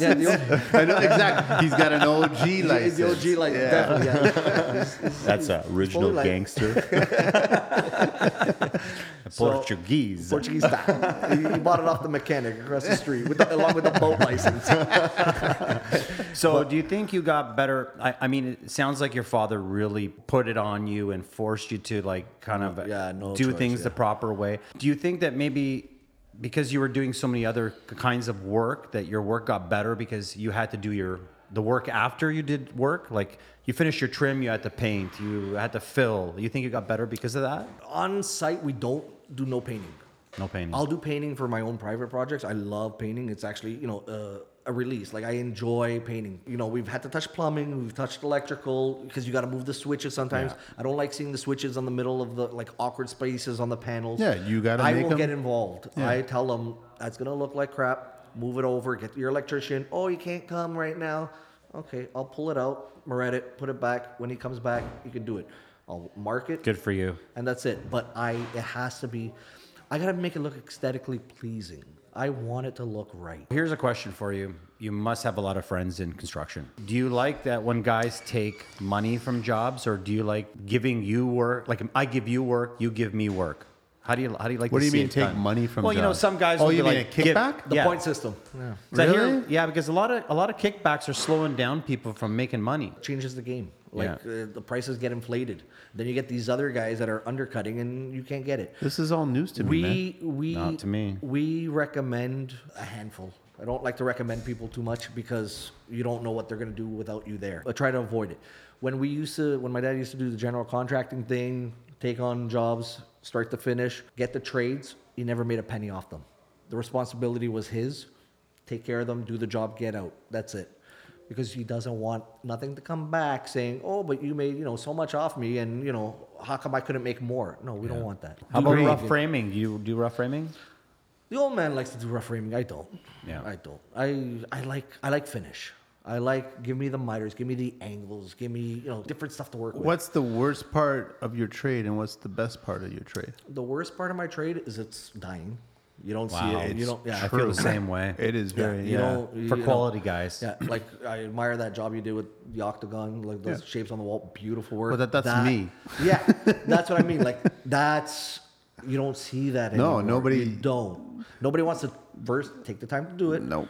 A: [LAUGHS] yeah, the old,
B: I know, exactly. [LAUGHS] He's got an OG license.
A: the OG like
B: Yeah.
A: definitely. Yeah.
D: That's a original
A: like-
C: [LAUGHS]
D: [LAUGHS] gangster.
C: Portuguese.
A: Portuguese style. he, he bought it off the mechanic across the street with the, along with the boat license.
C: So, do you think you got better? I, I mean, it sounds like your father really put it on you and forced you to like kind of uh,
A: Yeah, no
C: do
A: choice,
C: things the
A: yeah.
C: proper way. Do you think that maybe because you were doing so many other k- kinds of work that your work got better because you had to do your the work after you did work? Like you finished your trim, you had to paint, you had to fill. You think you got better because of that?
A: On site, we don't do no painting.
C: No painting.
A: I'll do painting for my own private projects. I love painting. It's actually, you know, uh, a release. Like I enjoy painting. You know, we've had to touch plumbing, we've touched electrical because you got to move the switches sometimes. I don't like seeing the switches on the middle of the like awkward spaces on the panels.
B: Yeah, you gotta
A: I
B: make
A: won't
B: 'em.
A: get involved. I tell them that's gonna look like crap. Move it over. Get your electrician. Oh, you can't come right now. Okay, I'll pull it out, moret it, put it back. When he comes back, you can do it. I'll mark it
C: Good for you.
A: and that's it. But I, it has to be, I gotta make it look aesthetically pleasing. I want it to look right.
C: Here's a question for you. You must have a lot of friends in construction. Do you like that when guys take money from jobs, or do you like giving you work? Like I give you work, you give me work. How do you how do you like?
B: What
C: to
B: do you
C: see
B: mean
C: it
B: take
C: done?
B: money from
C: Well, you know,
B: jobs?
C: some guys.
B: Oh,
C: will
B: you
C: be
B: mean
C: like,
B: a
C: give-
B: kickback?
A: The
C: yeah.
A: point system, yeah,
C: Is that here?
B: Really?
C: Yeah, because a lot of a lot of kickbacks are slowing down people from making money.
A: changes the game. Like
C: Yeah.
A: uh, the prices get inflated. Then you get these other guys that are undercutting, and you can't get it.
B: This is all news to me, man.
A: We we
C: Not to me.
A: we recommend a handful. I don't like to recommend people too much because you don't know what they're gonna do without you there. I try to avoid it. When we used to, when my dad used to do the general contracting thing, take on jobs, start to finish, get the trades, he never made a penny off them. The responsibility was his. Take care of them, do the job, get out. That's it. Because he doesn't want nothing to come back saying, "Oh, but you made you know so much off me, and you know how come I couldn't make more?" No, we don't want that.
C: How
A: Do
C: about
A: great.
C: rough framing? Do you do rough framing?
A: The old man likes to do rough framing. I don't.
C: Yeah.
A: I don't. I I like I like finish. I like give me the miters, give me the angles, give me you know different stuff to work with.
B: What's the worst part of your trade, and what's the best part of your trade?
A: The worst part of my trade is it's dying. You don't
C: Wow.
A: see it. You
C: It's
A: don't. Yeah.
C: I feel the
A: [LAUGHS]
C: same way.
B: It is
A: Yeah,
B: very
A: you
B: yeah.
A: know, you
C: For
A: know,
C: quality guys.
A: Yeah, like I admire that job you did with the octagon, like those shapes on the wall, beautiful work.
B: Well, that- that's me.
A: Yeah, that's what I mean. Like that's you don't see that.
B: No,
A: anymore.
B: nobody-
A: You don't. Nobody wants to first take the time to do it.
B: Nope.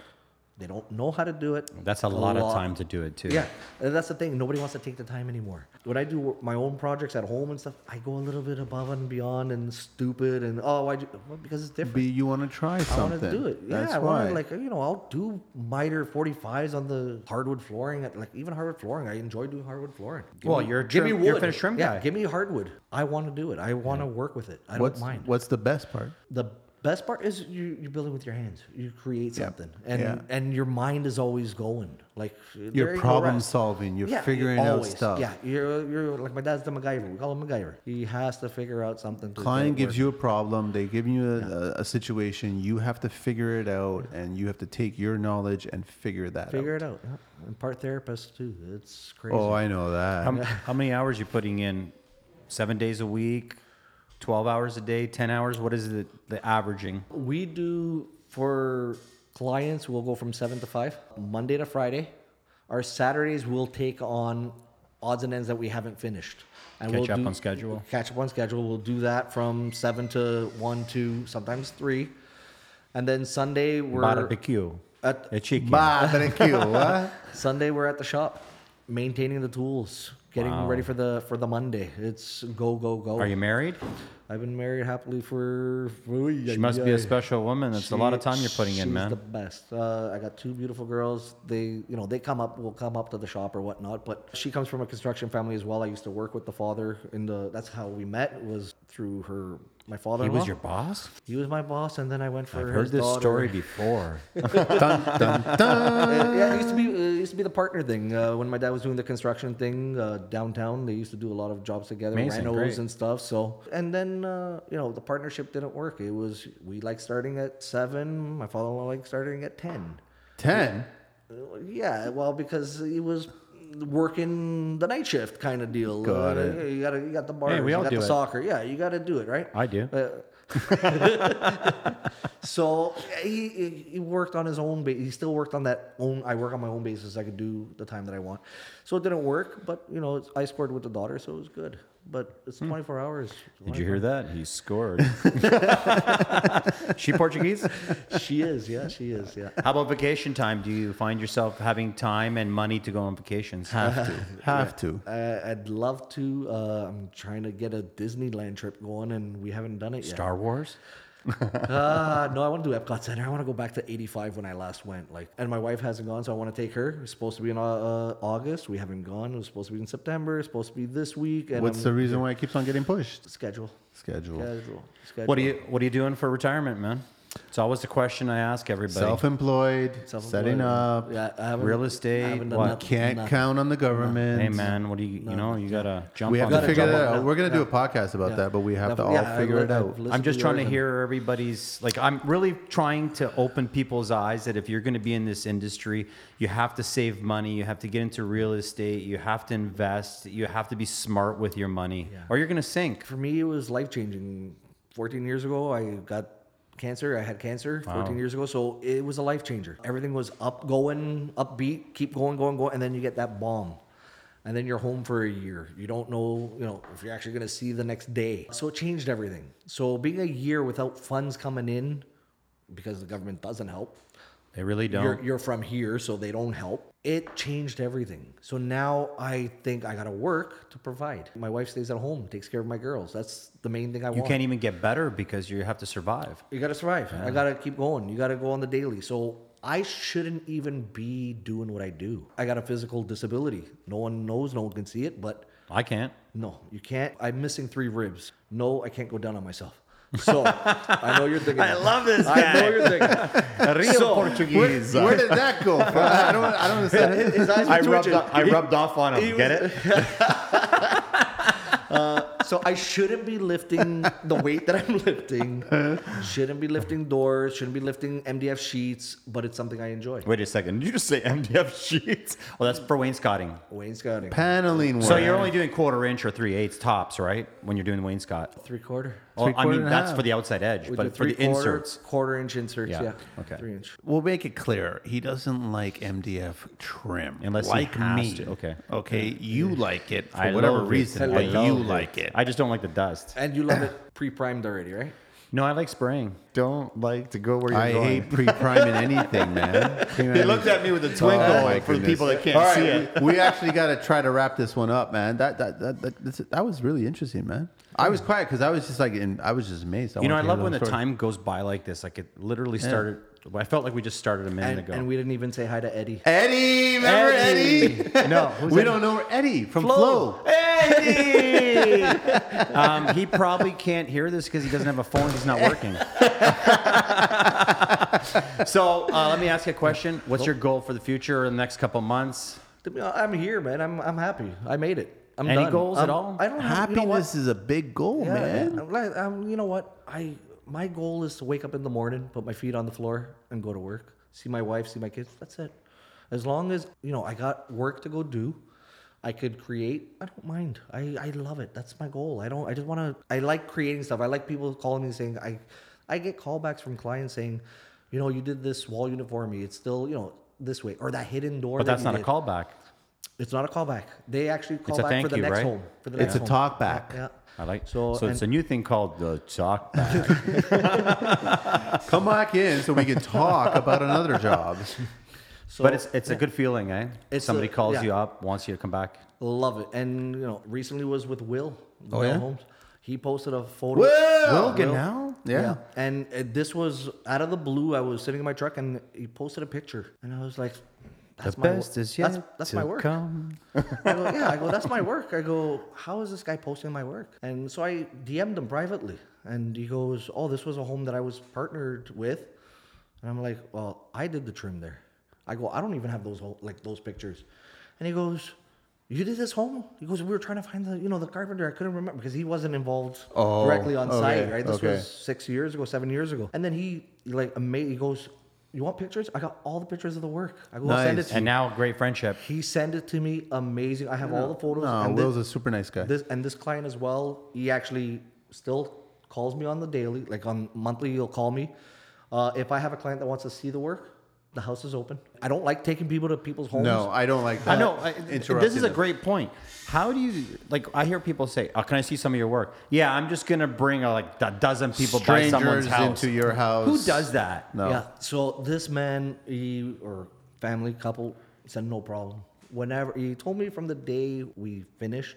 A: They don't know how to do it.
C: That's a lot of time to do it too.
A: Yeah, and that's the thing. Nobody wants to take the time anymore. When I do wor- my own projects at home and stuff, I go a little bit above and beyond and stupid and oh, why? do- Well, because it's different.
B: Be you want to try
A: I
B: something?
A: want to do it. Yeah,
B: That's
A: I want
B: why.
A: to like you know I'll do miter 45s on the hardwood flooring. I- Like even hardwood flooring, I enjoy doing hardwood flooring. Give
C: Well,
A: me-
C: you're a
A: give me
C: trim-
A: wood.
C: you're a finished trim
A: yeah,
C: guy.
A: give me hardwood. I want to do it. I want to work with it. I
B: what's
A: don't mind.
B: what's the best part?
A: The best part is you you're building with your hands. You create
B: Yeah.
A: something, and
B: Yeah.
A: and your mind is always going. Like there
B: You're
A: ain't no
B: problem
A: rest.
B: solving. You're
A: Yeah,
B: figuring out
A: always.
B: stuff.
A: Yeah, you're you're like my dad's the MacGyver. We call him MacGyver. He has to figure out something. to
B: Client
A: get it
B: gives you a problem. They give you a, a, a situation. You have to figure it out, and you have to take your knowledge and figure that
A: working. figure
B: out.
A: it out. Yeah. And part therapist too. It's crazy.
B: Oh, I know that.
C: How, how many hours you putting in? Seven days a week, twelve hours a day, ten hours. What is the the averaging?
A: We do for clients, we'll go from seven to five, Monday to Friday. Our Saturdays, we'll take on odds and ends that we haven't finished. And
C: Catch up on schedule.
A: Catch up on schedule. We'll do that from seven to one, two, sometimes three. And then Sunday, we're
C: Barbecue.
A: At
C: É cheeky.
B: Barbecues.
A: Sunday, we're at the shop, maintaining the tools, getting ready for the for the Monday. It's go go go.
C: Are
A: [LAUGHS]
C: you married?
A: I've been married happily for.
C: She must be a special woman. That's a lot of time you're putting in,
A: she's
C: man.
A: The best. Uh, I got two beautiful girls. They, you know, they come up, will come up to the shop or whatnot. But she comes from a construction family as well. I used to work with the father in the. That's how we met. Was through her, my father.
C: He was your boss.
A: He was my boss, and then I went for.
C: I've
A: his
C: heard this
A: daughter.
C: story before.
B: Dun, dun, dun.
A: Uh, yeah, it used to be
C: Ah.
A: uh, it used to be the partner thing. Uh, when my dad was doing the construction thing uh, downtown, they used to do a lot of jobs together,
C: Amazing,
A: renos
C: great.
A: and stuff. So, and then uh, you know the partnership didn't work. It was we like starting at seven. My father-in-law liked starting at ten.
B: [LAUGHS]
A: [LAUGHS]
B: Ten.
A: Uh, Yeah, well, because he was working the night shift kind of deal.
B: Got
A: Uh,
B: it.
A: yeah, You got you got the bars,
C: Hey, we
A: you
C: all
A: got
C: do
A: the
C: it.
A: soccer. Yeah, you got to do it right.
C: I do.
A: Uh, [LAUGHS] so he, he- he worked on his own base. He still worked on that own. I work on my own basis. I could do the time that I want. So it didn't work, but you know, it's, I scored with the daughter, so it was good. But it's 24 hours.
C: Hmm. Did you hear that? He scored.
A: [LAUGHS]
C: she Portuguese?
A: She is. Yeah, she is. Yeah.
C: How about vacation time? Do you find yourself having time and money to go on vacations?
B: Have to. Have to.
A: I, I'd love to. Uh, I'm trying to get a Disneyland trip going, and we haven't done it yet.
C: Star Wars?
A: uh, no, I want to do Epcot Center. I want to go back to 85 when I last went. Like, and my wife hasn't gone, so I want to take her. It was supposed to be in uh, uh, August. We haven't gone. It was supposed to be in September. It's supposed to be this week. And
B: What's
A: I'm-
B: the reason why it keeps on getting pushed?
A: schedule?
B: Schedule.
A: Schedule. Schedule.
C: What are you What are you doing for retirement, man? It's always the question I ask everybody.
B: Self-employed,
A: Self-employed.
B: setting up.
A: Yeah, I haven't-
C: real
A: I
C: estate,
A: haven't done
C: what?
A: nothing-
B: Can't
A: nothing.
B: count on the government.
C: hey, man, what do you you know? You gotta jump.
B: We have
C: on
B: to
C: that.
B: figure
A: jump
B: that
A: on
B: out.
A: that.
B: We're gonna do a
A: Yeah.
B: podcast about that, but we have to all
A: Yeah, I
B: figure
A: li-
B: it
A: I've
B: out. [LAUGHS]
A: listened
C: I'm just trying to
A: yours and-
C: hear everybody's like I'm really trying to open people's eyes that if you're going to be in this industry, you have to save money, you have to get into real estate, you have to invest, you have to be smart with your money or you're going to sink.
A: for me it was life changing 14 years ago i got cancer i had cancer 14 years ago so it was a life changer everything was up going upbeat keep going going going and then you get that bomb and then you're home for a year you don't know you know if you're actually going to see the next day so it changed everything so being a year without funds coming in because the government doesn't help
C: They really don't.
A: you're, you're from here, so they don't help. It changed everything. So now I think I gotta work to provide. My wife stays at home, takes care of my girls. That's the main thing I
C: you
A: want.
C: can't even get better because you have to survive.
A: You gotta survive. I gotta keep going. You gotta go on the daily. So I shouldn't even be doing what I do. I got a physical disability. No one knows, no one can see it, but
C: I
D: [LAUGHS]
C: can't.
A: no, you can't. I'm missing three ribs. No, I can't go down on myself. [LAUGHS] So I know you're thinking. I love this I know you're [LAUGHS] thinking.
C: Real
B: Where, where did that go? From? I don't. I don't understand.
A: His eyes were
D: [LAUGHS] I rubbed,
A: twitching.
D: o- I rubbed off on
A: he
D: him. Get it?
A: So I shouldn't be lifting the weight that I'm [LAUGHS] lifting. Shouldn't be lifting doors. Shouldn't be lifting MDF sheets. But it's something I enjoy.
D: Wait a second. Did you just say MDF sheets?
C: Well, that's for wainscoting.
A: Wainscoting,
B: Paneling work.
C: So you're only doing quarter inch or three eighths tops, right? When you're doing wainscot.
A: three quarter.
C: Well, I
B: Three-quarter
C: mean
B: and a
C: that's
B: half.
C: for the outside edge,
A: We do
C: but for the
A: three-quarter,
C: inserts.
A: quarter inch inserts.
C: Yeah,
A: Yeah.
C: okay.
A: Three inch.
B: We'll make it clear. He doesn't like MDF trim.
C: Unless he
B: like
C: has
B: me.
C: to, okay.
B: Okay. You like it for
C: I
B: whatever
C: love it.
B: reason,
A: I
B: but
A: love
B: you
A: it.
B: like it.
C: I just don't like the dust.
A: And you love
C: [COUGHS]
A: it pre-primed already, right?
C: No, I like spraying.
D: Don't like to go where you're
B: I
D: going.
B: hate pre-priming anything, man.
D: He looked at me with a twinkle
B: Oh, my
D: for the
B: goodness.
D: people that can't
B: All right,
D: see it.
B: we we actually got to try to wrap this one up, man. That that that that, that's- that was really interesting, man. I was quiet because I was just like, in, I was just amazed. I
C: You know, I
B: wanted to hear
C: love when the
B: whole story.
C: time goes by like this. Like it literally started. I felt like we just started a minute
A: And,
C: ago.
A: and we didn't even say hi to Eddie.
B: Eddie, remember Eddie?
C: [LAUGHS] no,
B: we don't know where Eddie from Flow.
C: Eddie. um, he probably can't hear this because he doesn't have a phone. He's not working. [LAUGHS] so uh, let me ask you a question. What's your goal for the future or the next couple months?
A: To be honest, I'm here, man. I'm I'm happy. I made it. I'm
C: Any
A: done.
C: goals at
A: I'm-
C: all?
A: I don't have, you
B: Happiness
A: know what?
B: is a big goal,
A: Yeah,
B: man.
A: I'm glad- I'm- you know what? I my goal is to wake up in the morning, put my feet on the floor, and go to work. See my wife, see my kids. That's it. As long as you know, I got work to go do. I could create. I don't mind. I, I love it. That's my goal. I don't. I just want to. I like creating stuff. I like people calling me saying I, I get callbacks from clients saying, you know, you did this wall unit for me. It's still you know this way or that hidden door.
C: But
A: that
C: that's
A: you
C: not a
A: did."
C: callback.
A: It's not a callback. They actually call
C: a
A: back
C: thank
A: for the
C: you,
A: next
C: right?
A: home. For the
B: It's
A: next
B: a
A: home.
B: talk back.
A: Yeah.
C: I like
A: So,
C: so. So it's a new thing called the chalk bag.
B: Come back in so we can talk about another [LAUGHS] job.
A: So
C: but it's it's a good feeling, eh?
A: It's
C: Somebody
A: a-
C: calls
A: yeah.
C: you up, wants you to come back.
A: love it. And you know, recently was with Will.
B: Oh,
A: Will
B: yeah?
A: Holmes. He posted a photo.
B: Will Ganao? Yeah.
A: Yeah. And uh, this was out of the blue. I was sitting in my truck and he posted a picture. And I was like, that's
C: the
A: my
C: best
A: work.
C: is yet
A: that's, that's
C: to
A: my work.
C: come.
A: I go, yeah, I go, that's my work. I go, how is this guy posting my work? And so I DM'd him privately. And he goes, oh, this was a home that I was partnered with. And I'm like, well, I did the trim there. I go, I don't even have those whole, like those pictures. And he goes, you did this home? He goes, we were trying to find the, you know, the carpenter. I couldn't remember because he wasn't involved
B: Oh,
A: directly on site,
B: okay,
A: right? This
B: okay.
A: was six years ago, seven years ago. And then he, like, amazed. He goes, you want pictures? I got all the pictures of the work. I go, I'll send it
B: Nice.
A: to you.
C: And now, great friendship.
A: He sent it to me. Amazing. I have all the photos.
B: No,
A: and thi-
B: Will's a super nice guy.
A: this and this client as well. He actually still calls me on the daily, like on monthly. He'll call me uh, if I have a client that wants to see the work. The house is open. I don't like taking people to people's homes.
B: no, I don't like that.
C: I know. I, this
B: Uh, Interrupting
C: is a
B: them.
C: great point. How do you like? I hear people say, oh, "Can I see some of your work?" Yeah, I'm just gonna bring uh, like a dozen people by someone's
B: Strangers
C: house.
B: into your house.
C: Who does that?
B: No.
A: Yeah. So this man, he or family couple said no problem. Whenever he told me from the day we finished,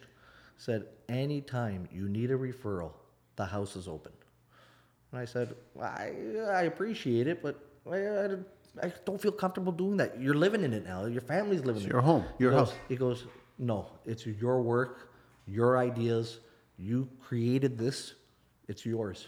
A: said anytime you need a referral, the house is open. And I said, I I appreciate it, but I, I, I don't feel comfortable doing that. You're living in it now. Your family's living in
B: your
A: it.
B: home, your
A: he goes,
B: house.
A: He goes, no, it's your work, your ideas. You created this. It's yours.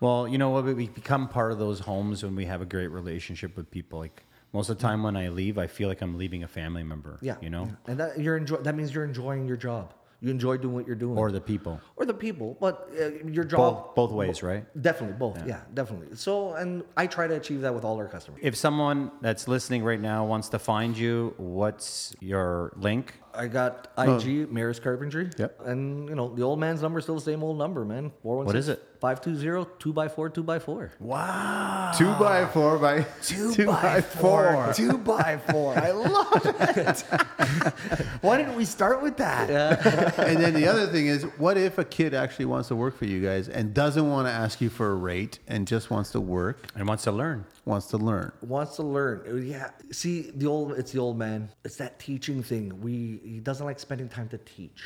C: Well, you know what? We- We become part of those homes when we have a great relationship with people. Like most of the time when I leave, I feel like I'm leaving a family member.
A: Yeah,
C: You know,
A: yeah. and that you're enjoy. That means you're enjoying your job. You enjoy doing what you're doing,
C: or the people.
A: or the people, but uh, your job
C: Both, both ways, right?
A: definitely both. Yeah. definitely. So, and I try to achieve that with all our customers.
C: If someone that's listening right now wants to find you, what's your link?
A: I got IG Maris Carpentry.
B: Yep.
A: And you know the old man's number is still the same old number, man. Four one.
C: What is it?
A: 520 2 by 4 2 by 4
B: Two by four by Ah. two, by, [LAUGHS] four.
D: Two by four. I
A: [LAUGHS]
D: love it. Why didn't we start with that?
B: and then the other thing is, what if a kid actually wants to work for you guys and doesn't want to ask you for a rate and just wants to work,
C: And wants to learn.
B: wants to learn?
A: wants to learn. Uh, Yeah. See, the old it's the old man. It's that teaching thing. We he doesn't like spending time to teach.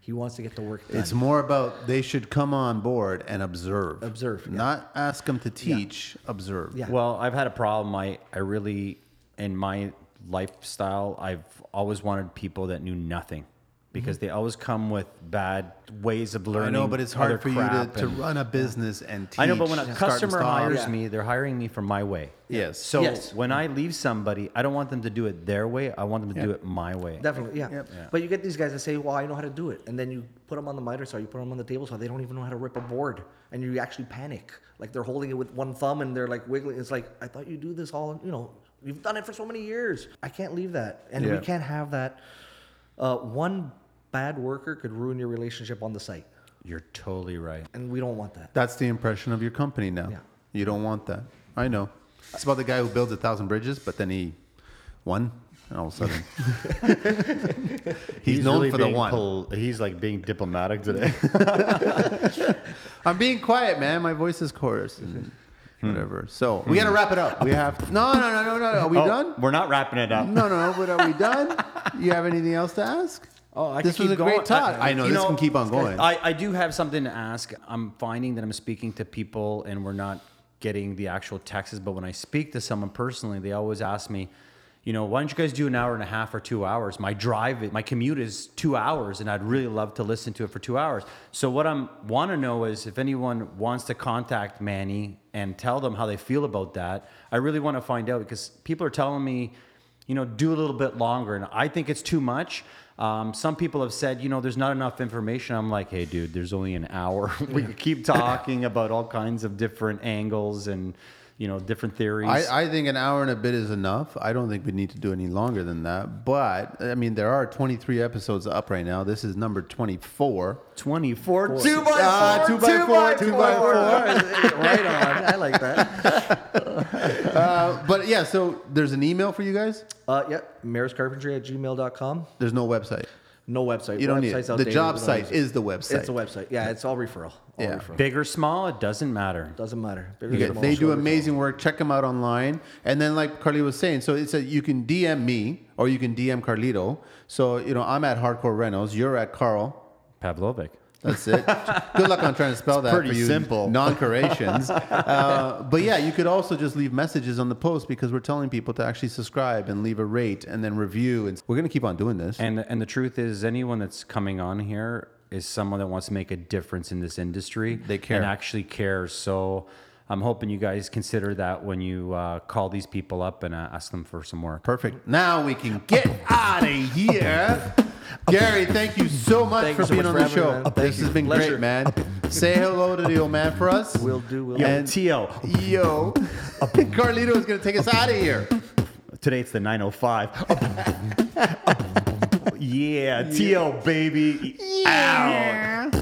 A: He wants to get the work done.
B: It's more about they should come on board and observe.
A: Observe, yeah.
B: Not ask them to teach, observe.
A: Yeah.
C: Well, I've had a problem. I, I really, in my lifestyle, I've always wanted people that knew nothing because they always come with bad ways of learning.
B: Mm-hmm. I know, but it's
C: other
B: hard for you to,
C: crap
B: to
C: and-
B: run a business and teach.
C: I know, but when a
B: start and
C: customer
B: stop.
C: hires
A: Yeah.
C: me, they're hiring me for my way.
B: Yes.
C: So
A: Yes.
C: when I leave somebody, I don't want them to do it their way. I want them to do it my way.
A: Definitely, yeah. But you get these guys that say, "Well, I know how to do it," and then you put them on the miter saw, you put them on the table saw, they don't even know how to rip a board, and you actually panic. Like they're holding it with one thumb and they're like wiggling. It's like I thought you do this all. You know, you've done it for so many years. I can't leave that, and
B: Yeah.
A: we can't have that. Uh, one bad worker could ruin your relationship on the site,
C: You're totally right.
A: and we don't want that.
B: That's the impression of your company now.
A: Yeah.
B: You don't want that. I know. It's about the guy who builds a thousand bridges, but then he one, and all of a
C: [LAUGHS]
B: sudden he's, known
D: really
B: for the
D: being
B: one.
D: pol- he's like being diplomatic today.
B: I'm being quiet, man. My voice is coarse and
C: Hmm.
B: whatever. So we gotta wrap it up. We have no, no, no, no, no. no. Are we
C: Oh,
B: done?
C: We're not wrapping it up.
B: No, no, but are we done? You have anything else to ask?
C: Oh, I
B: this
C: can
B: was
C: keep
B: a
C: going.
B: great talk. I, know
C: you
B: this can keep on going.
C: I, I do have something to ask. I'm finding that I'm speaking to people and we're not getting the actual taxes, but when I speak to someone personally, they always ask me, you know, why don't you guys do an hour and a half or two hours? My drive, my commute is two hours, and I'd really love to listen to it for two hours. So what I'm want to know is if anyone wants to contact Manny and tell them how they feel about that. I really want to find out because people are telling me you know, do a little bit longer. And I think it's too much. Um, some people have said, you know, there's not enough information. I'm like, hey, dude, there's only an hour. [LAUGHS] we could
B: [LAUGHS]
C: keep talking about all kinds of different angles and, you know, different theories.
B: I, I think an hour and a bit is enough. I don't think we need to do any longer than that. But I mean, there are 23 episodes up right now. This is number 24.
C: 24.
A: Two by
B: Ah,
A: four,
B: two by four, two by
A: four. right on. [LAUGHS] I like that.
B: Uh, but yeah, so there's an email for you guys.
A: Uh, yeah, mariscarpentry at gmail.com.
B: There's no website.
A: No website.
B: You don't need
A: Website's
B: it. The
A: outdated.
B: job
A: We don't
B: site
A: use it.
B: is the website.
A: It's a website. Yeah, it's all referral. All
B: Yeah.
A: referral.
C: Big or small, it doesn't matter.
A: Doesn't matter. Bigger
B: You
A: than
B: get-
A: small,
B: they do
A: shorter than
B: amazing work. Check them out online. And then, like Carlito was saying, so it's a you can DM me or you can DM Carlito. So you know I'm at Hardcore Reynolds. You're at Carl.
C: Pavlovic.
B: That's it. Good luck on trying to spell that.
D: pretty
B: for you
D: simple.
B: Non-Croatians. uh, but yeah, you could also just leave messages on the post because we're telling people to actually subscribe and leave a rate and then review. And we're gonna keep on doing this.
C: And and the truth is, anyone that's coming on here is someone that wants to make a difference in this industry.
B: They care.
C: and actually care. So I'm hoping you guys consider that when you uh, call these people up and uh, ask them for some work.
B: Perfect. Now we can get out of here. Gary, thank you so much
A: Thank
B: for
A: you so
B: being
A: much
B: on
A: for having me,
B: the show.
A: man. Thank
B: This
A: you.
B: has been
A: Pleasure.
B: great, man. Say hello to the old man for us.
A: Will do. Will
B: Yeah.
A: do.
D: Yo,
B: And-
D: Tio,
B: Yo, [LAUGHS] Carlito is going to take us out of here.
D: today it's the [LAUGHS] 905. yeah, Tio, baby. Out.